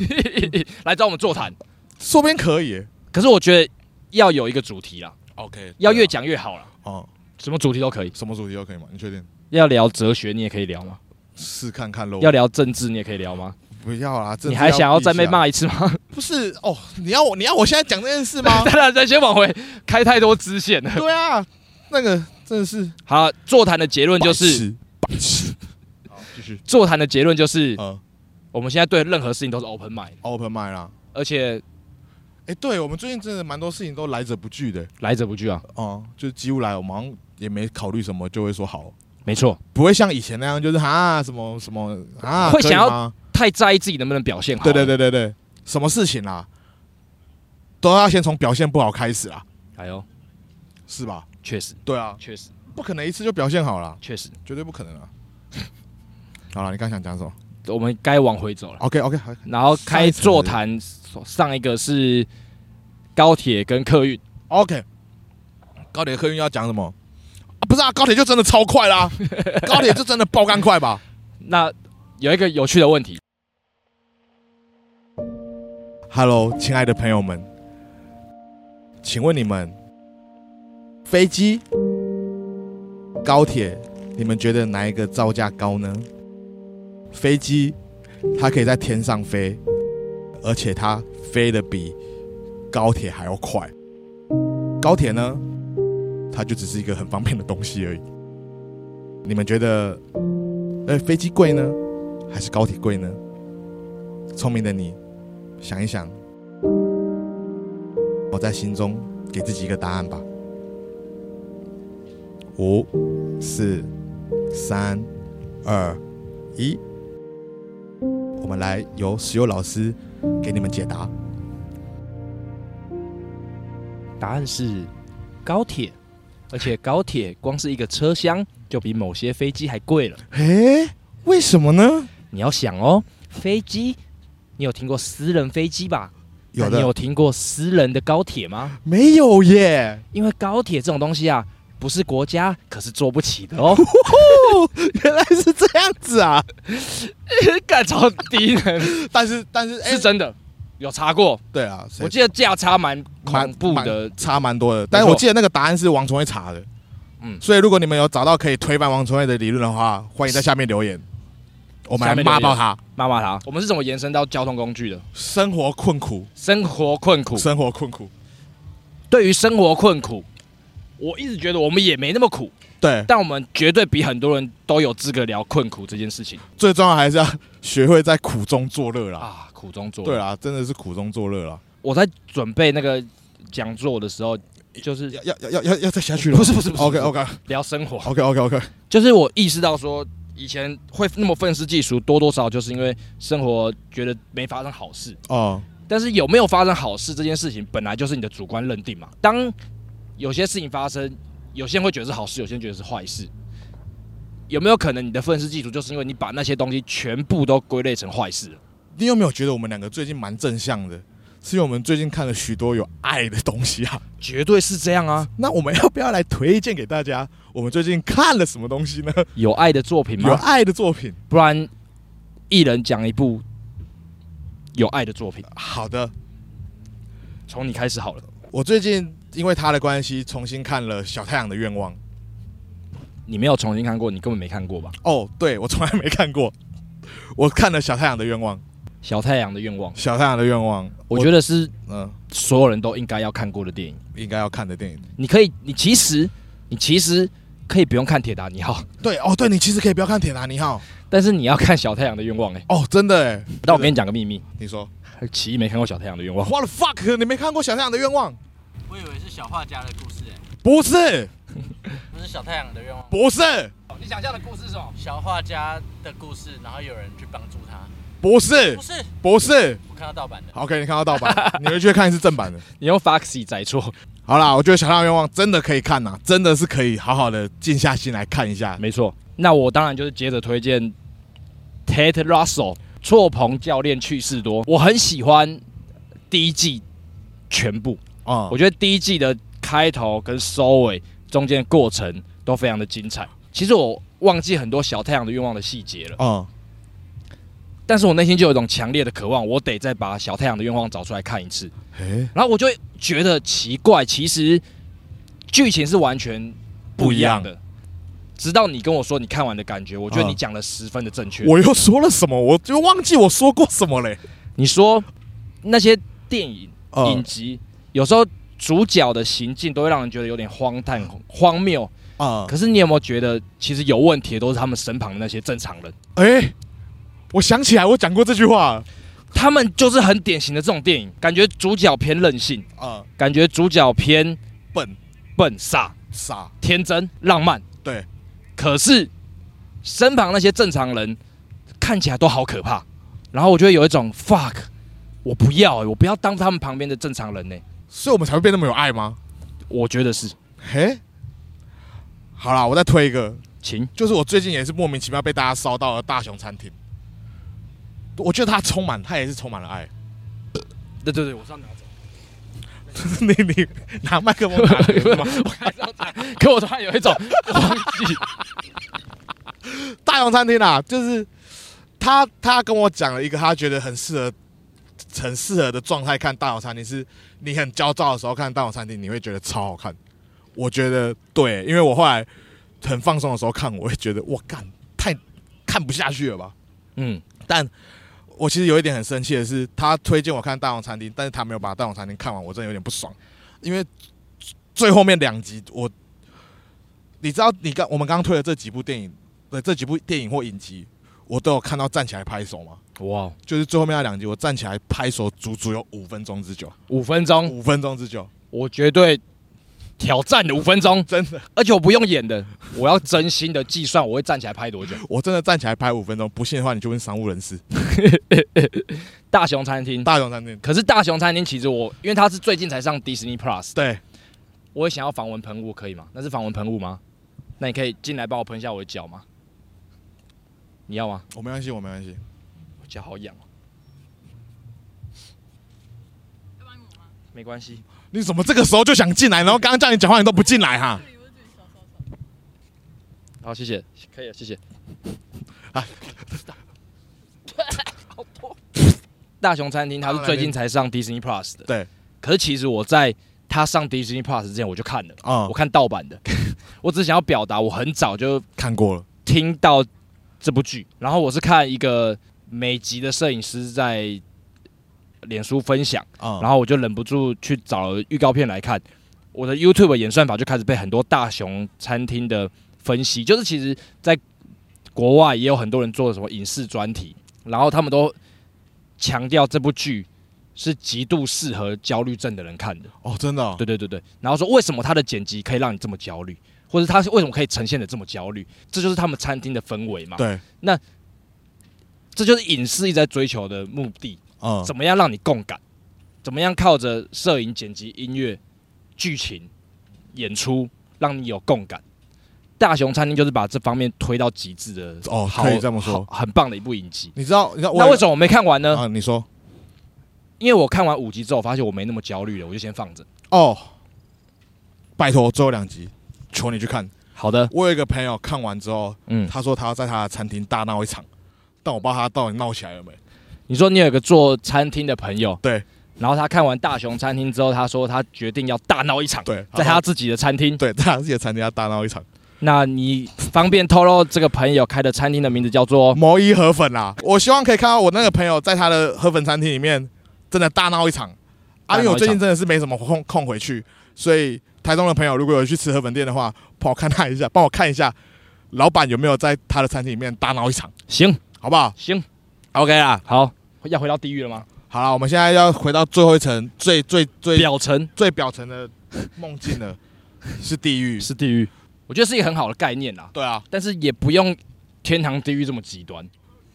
B: 来找我们座谈。
A: 说不定可以、
B: 可是我觉得要有一个主题啦，
A: OK，
B: 要越讲越好啦，
A: 哦、
B: 什么主题都可以。
A: 什么主题都可以吗？你确定？
B: 要聊哲学，你也可以聊吗？
A: 试看看喽。
B: 要聊政治，你也可以聊吗？
A: 不要啦？这
B: 你还想要再被
A: 避一下？
B: 骂一次吗？？
A: 不是哦，你要我你要我现在讲这件事吗
B: 当然，咱先往回开太多支线了。
A: 对啊，那个真的是
B: 好，座谈的结论就是，
A: 白痴白痴。好，继续。
B: 座谈的结论就是，
A: 呃
B: 我们现在对任何事情都是 open mind，
A: ，open mind 啦。
B: 而且
A: 哎、对我们最近真的蛮多事情都来者不拒的，
B: 来者不拒啊，
A: 哦、就是几乎来，我们好像也没考虑什么，就会说好，
B: 没错，
A: 不会像以前那样，就是啊什么什么啊，
B: 会想要
A: 可以吗
B: 太在意自己能不能表现好。
A: 对对，对对对，什么事情啦，都要先从表现不好开始啦，
B: 哎呦，
A: 是吧？
B: 确实，
A: 对啊，
B: 确实，
A: 不可能一次就表现好啦，
B: 确实，
A: 绝对不可能啊。 好了，你刚想讲什么
B: 我们该往回走了。
A: ？OK OK，好，
B: 然后开座谈，上一个是高铁跟客运，
A: OK，高铁客运要讲什么？啊，不是啊，高铁就真的超快啦，高铁就真的爆肝快吧？
B: 那有一个有趣的问题，
A: Hello，亲爱的朋友们，请问你们飞机、高铁，你们觉得哪一个造价高呢？飞机它可以在天上飞，而且它飞得比高铁还要快。高铁呢，它就只是一个很方便的东西而已。你们觉得，呃，飞机贵呢，还是高铁贵呢？聪明的你，想一想，我在心中给自己一个答案吧。五、四、三、二、一，我们来由石油老师给你们解答。
B: 答案是高铁，而且高铁光是一个车厢就比某些飞机还贵了。
A: 诶，为什么呢？
B: 你要想哦，飞机，你有听过私人飞机吧？
A: 有
B: 那你
A: 的
B: 有听过私人的高铁吗？
A: 没有耶？
B: 因为高铁这种东西啊，不是国家可是做不起的哦。
A: 原来是这样子啊！
B: 干超低能，
A: 但是但是， 哎
B: 是，真的，有查过，
A: 对啊，谁
B: 我记得价差蛮
A: 蛮
B: 恐怖的
A: 蛮。差蛮多的。但是我记得那个答案是王崇惠查的，嗯
B: 嗯，
A: 所以如果你们有找到可以推翻王崇惠的理论的话，欢迎在下面留言，我们来
B: 下面留
A: 骂
B: 言
A: 爆他。
B: 骂骂他，我们是怎么延伸到交通工具的？
A: 生活困苦，
B: 生活困苦，
A: 生活困苦，
B: 对于生活困苦，我一直觉得我们也没那么苦，
A: 对，
B: 但我们绝对比很多人都有资格聊困苦这件事情
A: 最重要还是要学会在苦中作乐啦。
B: 啊，苦中作乐。
A: 对啊，真的是苦中作乐啦。
B: 我在准备那个讲座的时候，就是
A: 要要要要要要再下去了吗？
B: 不是不是不是
A: OK OK
B: 聊生活，
A: OK OK OK，
B: 就是我意识到说，以前会那么愤世嫉俗，多多少少就是因为生活觉得没发生好事。
A: 哦，
B: 但是有没有发生好事这件事情，本来就是你的主观认定嘛。当有些事情发生，有些人会觉得是好事，有些人觉得是坏事。有没有可能你的愤世嫉俗，就是因为你把那些东西全部都归类成坏事了？
A: 你有没有觉得我们两个最近蛮正向的？是因为我们最近看了许多有爱的东西啊。
B: 绝对是这样啊！
A: 那我们要不要来推荐给大家？我们最近看了什么东西呢？
B: 有爱的作品
A: 有
B: 吗？
A: 爱的作品。
B: 不然一人讲一部有爱的作品，
A: 好的，
B: 从你开始好了。
A: 我最近因为他的关系，重新看了《小太阳的愿望》。
B: 你没有重新看过，你根本没看过吧？
A: 哦，对，我从来没看过。我看了小太阳的愿望《
B: 《小太阳的愿望》，
A: 小太阳的愿望》，
B: 我觉得是
A: 嗯、
B: 所有人都应该要看过的电影。
A: 应该要看的电影。
B: 你可以，你其实，你其实可以不用看《铁达尼号》，
A: 对哦，对你其实可以不要看《铁达尼号
B: 但是你要看《小太阳的愿望》哎。》
A: 哦，真的哎。
B: 那我跟你讲个 秘密，
A: 你说
B: 奇艺没看过《小太阳的愿望》，
A: ，What the fuck？你没看过《小太阳的愿望》？
C: 我以为是小画家的故事、哎，
A: 不是，
C: 不是小太阳的愿望。
A: 不是，
B: 你想象的故事是什么？
C: 小画家的故事，然后有人去帮助他，
A: 不是
C: 不，是？
A: 不是。
C: 我看到盗版的。
A: 好 OK，你看到盗版， 你回去看一次正版的。
B: 你用 Foxy 载错，
A: 好啦，我觉得《小太阳愿望》真的可以看呐、真的是可以好好的静下心来看一下。
B: 没错。啊那我当然就是接着推荐 Ted Russell 错鹏教练去世多，我很喜欢第一季全部，
A: 啊、
B: 我觉得第一季的开头跟收尾中间的过程都非常的精彩。其实我忘记很多《小太阳的愿望》的细节了。
A: 嗯，
B: 但是我内心就有一种强烈的渴望，我得再把小太阳的愿望找出来看一次。
A: 哎，
B: 然后我就会觉得奇怪，其实剧情是完全不一样的。直到你跟我说你看完的感觉，我觉得
A: 嗯
B: 你讲的十分的正确。
A: 我又说了什么？我就忘记我说过什么嘞。
B: 你说那些电影、
A: 嗯
B: 影集，有时候主角的行径都会让人觉得有点荒诞、
A: 嗯
B: 荒谬。
A: 啊、
B: 可是你有没有觉得，其实有问题的都是他们身旁的那些正常人？
A: 哎、我想起来，我讲过这句话了。
B: 他们就是很典型的这种电影，感觉主角偏任性，
A: 啊、
B: 感觉主角偏
A: 笨
B: 笨傻、
A: 傻，
B: 天真、浪漫。
A: 对，
B: 可是身旁那些正常人看起来都好可怕，然后我就会有一种 fuck，我不要、欸，我不要当他们旁边的正常人呢、欸
A: 所以我们才会变那么有爱吗？
B: 我觉得是，
A: 嘿，好啦，我再推一个，
B: 请
A: 就是我最近也是莫名其妙被大家烧到了大熊餐厅。我觉得它充满，它也是充满了爱。
B: 对对对，我上拿走。
A: 你你拿麦克 风打嗝吗？
B: 我刚才这样讲， 可我突然有一种忘记，
A: 大洋餐厅啊，就是他他跟我讲了一个他觉得很适合、很适合的状态看大洋餐厅，是你很焦躁的时候看大洋餐厅，你会觉得超好看。我觉得对，因为我后来很放松的时候看，我会觉得我干太看不下去了吧。
B: 嗯，
A: 但我其实有一点很生气的是，他推荐我看《大王餐厅》，但是他没有把《大王餐厅》看完，我真的有点不爽，因为最后面两集我，你知道，你刚我们刚刚推的这几部电影，对这几部电影或影集，我都有看到站起来拍手嘛，
B: 哇，哦
A: 就是最后面那两集，我站起来拍手足足有五分钟之久，
B: 五分钟，
A: 五分钟之久，
B: 我绝对挑战的五分钟，
A: 真的，
B: 而且我不用演的，我要真心的计算我会站起来拍多久。
A: 我真的站起来拍五分钟，不信的话你就问商务人士，
B: 大熊餐厅，
A: 大王餐厅，
B: 可是大熊餐厅其实我，因为它是最近才上 Disney Plus，
A: 对，
B: 我也想要防蚊喷雾，可以吗？那是防蚊喷雾吗？那你可以进来帮我喷一下我的脚吗？你要吗？
A: 我没关系，我没关系，
B: 我脚好痒哦，没关系。
A: 你怎么这个时候就想进来，然后刚刚叫你讲话你都不进来哈、
B: 好，谢谢，可以了，谢谢。
A: 啊，
B: 好痛！大熊餐厅它是最近才上 Disney Plus 的，
A: 对。
B: 可是其实我在它上 Disney Plus 之前我就看了，
A: 啊、
B: 我看盗版的。 我只想要表达，我很早就
A: 看过了，
B: 听到这部剧，然后我是看一个美籍的摄影师在脸书分享，
A: 啊、
B: 然后我就忍不住去找了预告片来看。我的 YouTube 演算法就开始被很多大熊餐厅的分析，就是其实在国外也有很多人做什么影视专题，然后他们都强调这部剧是极度适合焦虑症的人看的。
A: 哦，真的、哦，
B: 对对对对，然后说为什么他的剪辑可以让你这么焦虑，或者他是为什么可以呈现的这么焦虑，这就是他们餐厅的氛围嘛。
A: 对，
B: 这就是影视一直在追求的目的。
A: 嗯，
B: 怎么样让你共感？怎么样靠着摄影、剪辑、音乐、剧情、演出，让你有共感？大熊餐厅就是把这方面推到极致的
A: 哦
B: 好，
A: 可以这么说
B: 好很棒的一部影集。
A: 你知道，你知道我
B: 那为什么我没看完呢？
A: 啊？你说
B: 因为我看完五集之后，我发现我没那么焦虑了，我就先放着。
A: 哦，拜托，最后两集，求你去看。
B: 好的，
A: 我有一个朋友看完之后，
B: 嗯，
A: 他说他要在他的餐厅大闹一场，但我不知道他到底闹起来了没。
B: 你说你有一个做餐厅的朋友，
A: 对，
B: 然后他看完大熊餐厅之后，他说他决定要大闹一场，
A: 对，
B: 在
A: 他
B: 他
A: 说
B: 自己的餐厅。
A: 对在他自己的餐厅要大闹一场，
B: 那你方便透露这个朋友开的餐厅的名字叫做？
A: 毛衣河粉啦。我希望可以看到我那个朋友在他的河粉餐厅里面真的大闹一场啊，因为我最近真的是没什么空空回去，所以台中的朋友如果有去吃河粉店的话，帮我看他一下，帮我看一下老板有没有在他的餐厅里面大闹一场，
B: 行
A: 好不好
B: 行，
A: ？OK 啦，
B: 好，要回到地狱了吗？
A: 好了，我们现在要回到最后一层，最最最
B: 表层
A: 最表层的梦境了，是地狱。
B: 是地狱，我觉得是一个很好的概念啦，
A: 对啊，
B: 但是也不用天堂地狱这么极端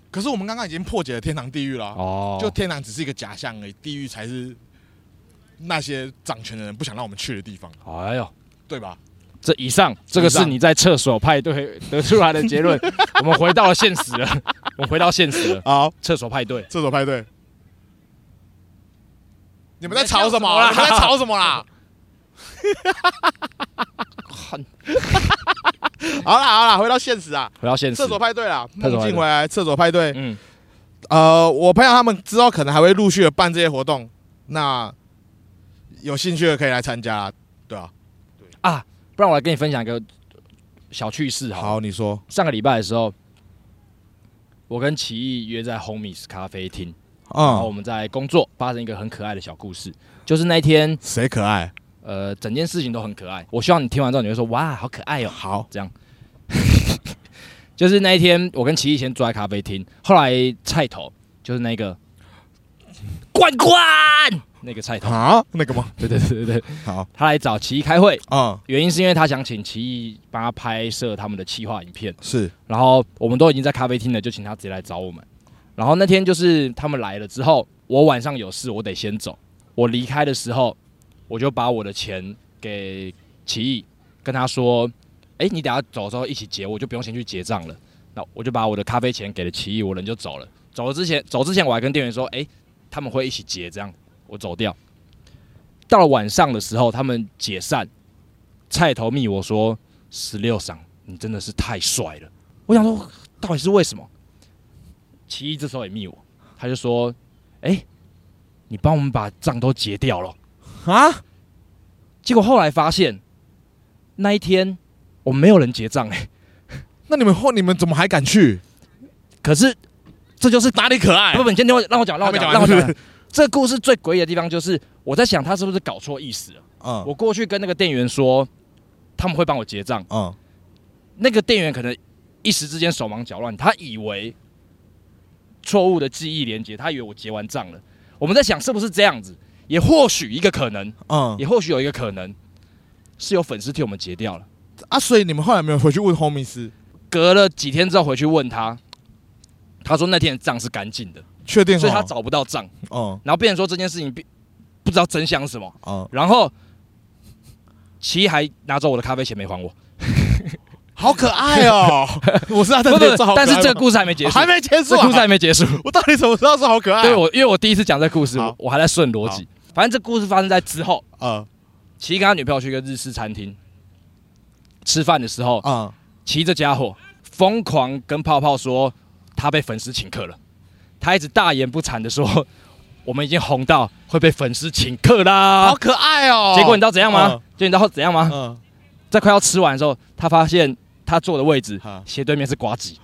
A: 可是我们刚刚已经破解了天堂地狱了啊，
B: 哦
A: 就天堂只是一个假象而已，地狱才是那些掌权的人不想让我们去的地方，
B: 哎呦，
A: 对吧？
B: 这以上这个是你在厕所派对 得出来的结论，我们回到了现实了，我们回到现实了，
A: 好，
B: 厕所派对。
A: 厕所派对，你们在
B: 在
A: 吵什
B: 笑什
A: 么
B: 么啦
A: 啊？你们在吵什么啦？ 好啦好啦，回到现实啊，
B: 回到现实
A: 厕，所派对啦，
B: 厕所派对
A: 梦境回来，厕所派对，
B: 嗯，
A: 呃，我朋友他们之后可能还会陆续的办这些活动，那有兴趣的可以来参加啦，对啊。
B: 不然我来跟你分享一个小趣事好了。
A: 好，你说
B: 上个礼拜的时候，我跟奇艺约在 Homies 咖啡厅，然后我
A: 嗯，
B: 们在工作，发生一个很可爱的小故事。就是那一天，
A: 谁可爱？
B: 呃，整件事情都很可爱。我希望你听完之后，你会说哇，好可爱哦。
A: 好，
B: 就是那一天，我跟奇艺先坐在咖啡厅，后来菜头就是那个关关那个菜头，
A: 啊，那个吗？
B: 对对对对对，
A: 好，
B: 他来找奇艺开会，
A: 嗯，
B: 原因是因为他想请奇艺帮他拍摄他们的企划影片。
A: 是，
B: 然后我们都已经在咖啡厅了，就请他直接来找我们。然后那天就是他们来了之后，我晚上有事，我得先走。我离开的时候，我就把我的钱给奇艺，跟他说：“哎，你等下走的时候一起结，我就不用先去结账了。”那我就把我的咖啡钱给了奇艺，我人就走了。走了之前，走之前我还跟店员说：“哎，他们会一起结，这样我走掉。”到了晚上的时候，他们解散，菜头密我说十六赏，你真的是太帅了。我想说，到底是为什么？奇艺这时候也密我，他就说：“哎、你帮我们把账都结掉了。”
A: 啊，
B: 结果后来发现，那一天我们没有人结账哎、
A: 那你们后你们怎么还敢去？
B: 可是这就是
A: 哪里可爱
B: 不？不，你先听我让我讲，让我讲，
A: 还
B: 让
A: 没讲完
B: 我讲
A: 是不是。
B: 这个故事最诡异的地方就是，我在想他是不是搞错意思了。
A: 嗯
B: 我过去跟那个店员说，他们会帮我结账，
A: 嗯，
B: 那个店员可能一时之间手忙脚乱，他以为错误的记忆连接，他以为我结完账了。我们在想是不是这样子，也或许一个可能，
A: 嗯
B: 也或许有一个可能是有粉丝替我们结掉了。
A: 啊，所以你们后来没有回去问 homies，
B: 隔了几天之后回去问他，他说那天的账是干净的，
A: 确定？哦
B: 所以他，找不到账，
A: 嗯
B: 然后变成说这件事情并不知道真相是什么，
A: 嗯，
B: 然后奇艺还拿走我的咖啡钱没还我，
A: 好可爱哦！ 我是他
B: 不
A: 的
B: 不
A: 对照
B: 不，，但是这个
A: 事
B: 故事还没结束，
A: 还没结束
B: 这故事
A: 啊！
B: 还没结束，
A: 我到底怎么知道是好可爱啊？
B: 对我因为我第一次讲这故事，
A: 好
B: 我我还在顺逻辑，反正这故事发生在之后，
A: 呃
B: 奇艺跟他女朋友去一个日式餐厅吃饭的时候，
A: 啊
B: 奇这家伙疯狂跟泡泡说他被粉丝请客了，他一直大言不惭的说我们已经红到会被粉丝请客啦
A: 好。可爱哦！
B: 结果你知道怎样吗？
A: 嗯
B: 结果你知道怎样吗？
A: 嗯，
B: 在快要吃完的时候，他发现他坐的位置
A: 好
B: 斜对面是瓜吉，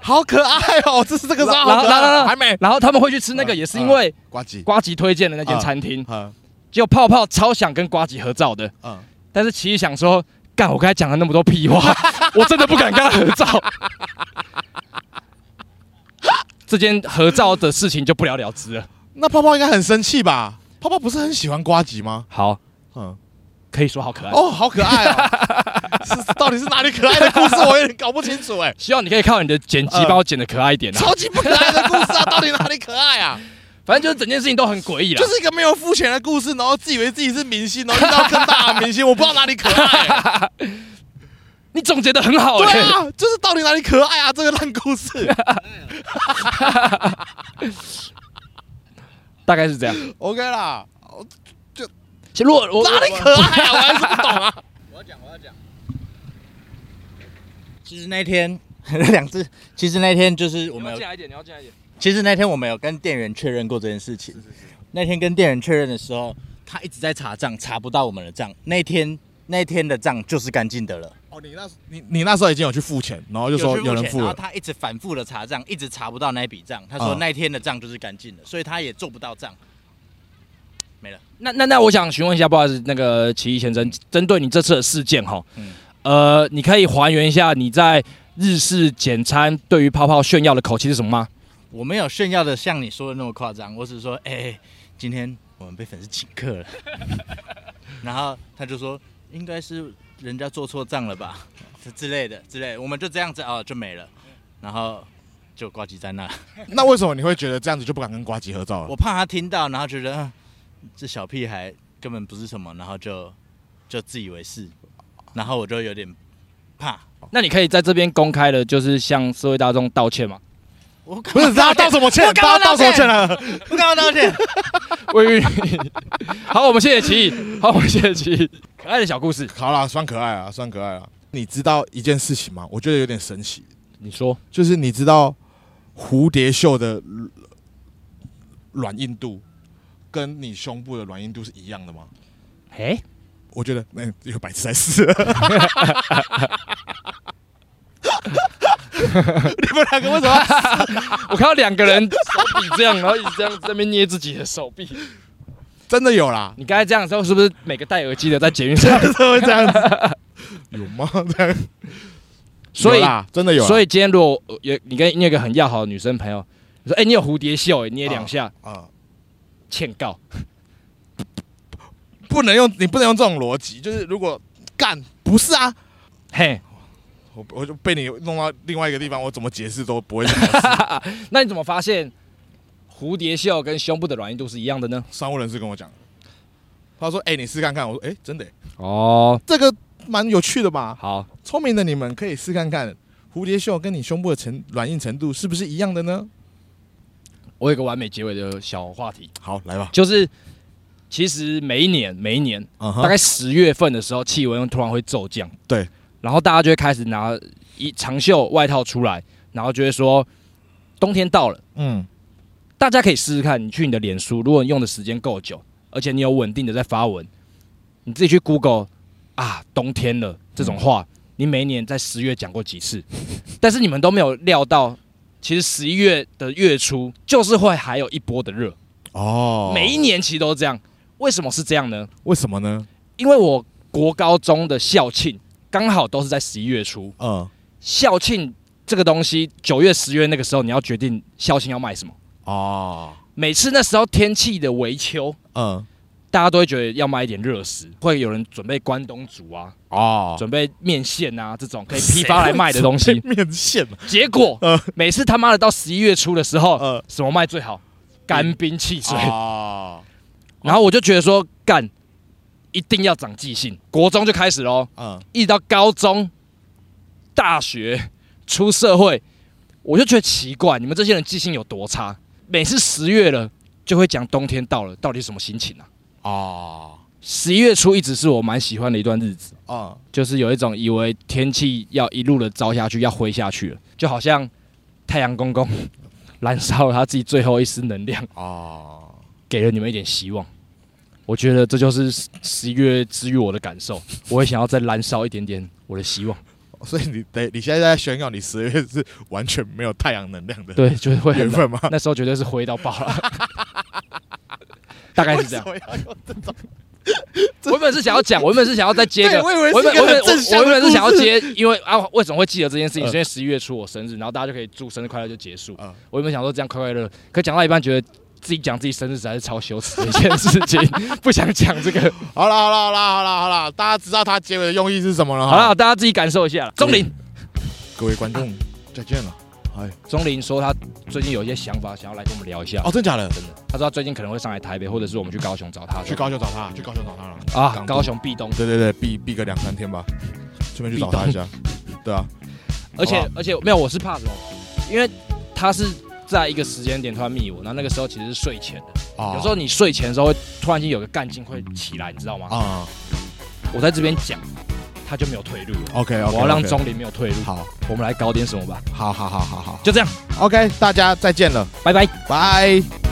A: 好可爱哦！这是这个是
B: 然
A: 好
B: 后
A: 可
B: 然后然
A: 爱，
B: 后
A: 还没
B: 然后他们会去吃那个，
A: 嗯
B: 也是因为
A: 呱唧，
B: 瓜吉推荐的那间餐厅。
A: 嗯
B: 结果泡泡超想跟瓜吉合照的，
A: 嗯，
B: 但是奇艺想说，干，我刚才讲了那么多屁 话，我真的不敢跟他合照。这件合照的事情就不了了之了。
A: 那泡泡应该很生气吧？泡泡不是很喜欢呱唧吗？
B: 好，
A: 嗯，
B: 可以说好可爱。
A: 哦，好可爱哦！ 是到底是哪里可爱的故事？我有点搞不清楚 哎，
B: 希望你可以靠你的剪辑
A: 呃
B: 帮我剪的可爱一点啊。
A: 超级不可爱的故事啊，到底哪里可爱 啊？
B: 反正就是整件事情都很诡异啦。
A: 就是一个没有付钱的故事，然后自以为自己是明星，然后遇到更大的明星，我不知道哪里可爱 欸。
B: 你总结的很好哎、
A: 对啊，就是到底哪里可爱啊？这个烂故事。
B: 大概是这样。
A: OK 啦，
B: 其实如果 我
A: 哪里可爱啊？我还是不懂啊。
C: 我要讲，我要讲。
E: 其实那天 两只，其实那天就是我
B: 我
E: 们有，
B: 来一点，你要进来一点。
E: 其实那天我们有跟店员确认过这件事情。那天跟店员确认的时候，他一直在查账，查不到我们的账。那天那天的账就是干净的了，
A: 哦，你那你你那时候已经有去付钱，然后就说
E: 去
A: 有人
E: 钱
A: 付
E: 然后
A: 了。
E: 他一直反复的查账，一直查不到那一笔账。他
C: 哦
E: 说
A: 嗯
E: 那天的账就是干净的，所以他也做不到账。
B: 那那那，我想询问一下，不好意思，那个奇异先生，针对你这次的事件哈，
E: 嗯
B: 呃，你可以还原一下你在日式简餐对于泡泡炫耀的口气是什么吗？
E: 我没有炫耀的像你说的那么夸张，我只是说，哎、今天我们被粉丝请 客了。然后他就说，应该是人家做错账了吧，之之类的之类的我们就这样子哦，就没了。然后就挂机在那，
A: 那为什么你会觉得这样子就不敢跟瓜吉合照了
E: 我？怕他听到，然后觉得、啊这小屁孩根本不是什么，然后就就自以为是，然后我就有点 怕。
B: 那你可以在这边公开的，就是向社会大众道歉 吗？
E: 我干
A: 不是，他道什么歉？
E: 我干嘛
A: 他道什么
E: 道歉
A: 歉了？
E: 我干嘛道歉？
B: 为好，我们谢谢奇异，好，我们谢谢奇异，可爱的小故事，
A: 好啦，算可爱啊，算可爱啊。你知道一件事情吗？我觉得有点神奇，
B: 你说
A: 就是你知道蝴蝶袖的软硬度跟你胸部的软硬度是一样的吗？
B: 哎、
A: 我觉得那有白痴在试，你们两个为什么？
B: 我看到两个人手比这样，然后一直这样在那边捏自己的手臂。
A: 真的有 啦？
B: 你刚才这样的时候，是不是每个戴耳机的在捷运上？
A: 真的会这样子？有吗？这样
B: 所以
A: 有啦真的有啦，
B: 所
A: 以
B: 以今天如果呃有你跟你有个很要好的女生朋友，你说哎、你有蝴蝶袖、哎捏两下，
A: 啊，
B: 欠告。
A: 不能用你不能用这种逻辑，就是如果干不是啊，
B: 嘿，
A: 我我就被你弄到另外一个地方，我怎么解释都不会讲。
B: 那你怎么发现蝴蝶袖跟胸部的软硬度是一样的呢？
A: 商务人士跟我讲，他说：“哎、你试看看。”我说：“哎、真的、
B: 哦，
A: 这个蛮有趣的吧？
B: 好，
A: 聪明的你们可以试看看，蝴蝶袖跟你胸部的程软硬程度是不是一样的呢
B: 我有个完美结尾的小话题，？”
A: 好，来吧。
B: 就是其实每一年每一年
A: 嗯
B: 大
A: 哼，
B: 概十月份的时候，气温突然会骤降。
A: 对，
B: 然后大家就会开始拿一长袖外套出来，然后就会说冬天到了。
A: 嗯，
B: 大家可以试试看，你去你的脸书，如果你用的时间够久，而且你有稳定的在发文，你自己去 Google 啊，冬天了这种话，你每一年在十月讲过几次， 但是你们都没有料到，其实十一月的月初就是会还有一波的热，
A: 哦，
B: 每一年其实都这样。为什么是这样呢？
A: 为什么呢？
B: 因为我国高中的校庆刚好都是在十一月初，
A: 嗯，
B: 校庆这个东西，九月、十月那个时候你要决定校庆要卖什么。
A: 哦，
B: 每次那时候天气的微秋，
A: 嗯，
B: 大家都会觉得要卖一点热食，会有人准备关东煮啊，
A: 哦，
B: 准备面线啊这种可以批发来卖的东 西。
A: 面线，
B: 结果
A: 呃
B: 每次他妈的到十一月初的时候，
A: 呃，
B: 什么卖最好？干冰汽水。
A: 哦，
B: 然后我就觉得说，干一定要长记性。国中就开始喽，
A: 嗯，
B: 一直到高中、大学、出社会，我就觉得奇怪，你们这些人记性有多差？每次十月了，就会讲冬天到了，到底是什么心情啊？
A: 哦，
B: 十一月初一直是我蛮喜欢的一段日子，
A: 嗯，
B: 就是有一种以为天气要一路的糟下去，要灰下去了，就好像太阳公 公燃烧了他自己最后一丝能量，
A: 哦，
B: 给了你们一点希望。我觉得这就是十十一月之于我的感受，我也想要再燃烧一点点我的希望。
A: 所以你得你现在在宣告你十月是完全没有太阳能量的
B: 对，就是会很
A: 缘
B: 冷
A: 分吗？
B: 那时候绝对是灰到爆 了，大概是这样。
A: 为什么要用这种
B: 我原本是想要讲，我原本是想要再接个，
A: 对
B: 我
A: 我以为是一
B: 原本
A: 个
B: 我
A: 很
B: 原本
A: 正
B: 我
A: 向
B: 我
A: 的
B: 原本是想要
A: 故事
B: 接，因为啊，为什么会记得这件事情？
A: 嗯
B: 是因为十一月初我生日，然后大家就可以祝生日快乐，就结束
A: 嗯。
B: 我原本想说这样快快乐乐，可讲到一半觉得。自己讲自己生日实在是超羞耻的一件事情， 不想讲这个。
A: 好了好了好了好了好了，大家知道他结尾的用意是什么了哈？
B: 好了，大家自己感受一下啦。钟林，
A: 各位观众，再见了。哎，
B: 钟林说他最近有一些想法，想要来跟我们聊一下。
A: 哦，真假的？
B: 真的，他说他最近可能会上来台北，或者是我们去高雄找他。
A: 去高雄找他，去高雄找他了。
B: 啊，
A: 港都
B: 高雄壁咚。
A: 对对对，避避个两三天吧，顺便去找他一下。 对啊，
B: 而且
A: 好不
B: 而且没有，我是怕什么？因为他是在一个时间点突然密我，然后那个时候其实是睡前的。
A: 啊
B: 有时候你睡前的时候会突然间有个干劲会起来，你知道吗？
A: 啊
B: 我在这边讲，他就没有退路了。
A: ，OK OK，
B: 我要让钟林没有退路。
A: 好，
B: 我们来搞点什么吧，
A: 好好好好好
B: 就这样，
A: ，OK，大家再见了，
B: 拜拜。
A: 拜。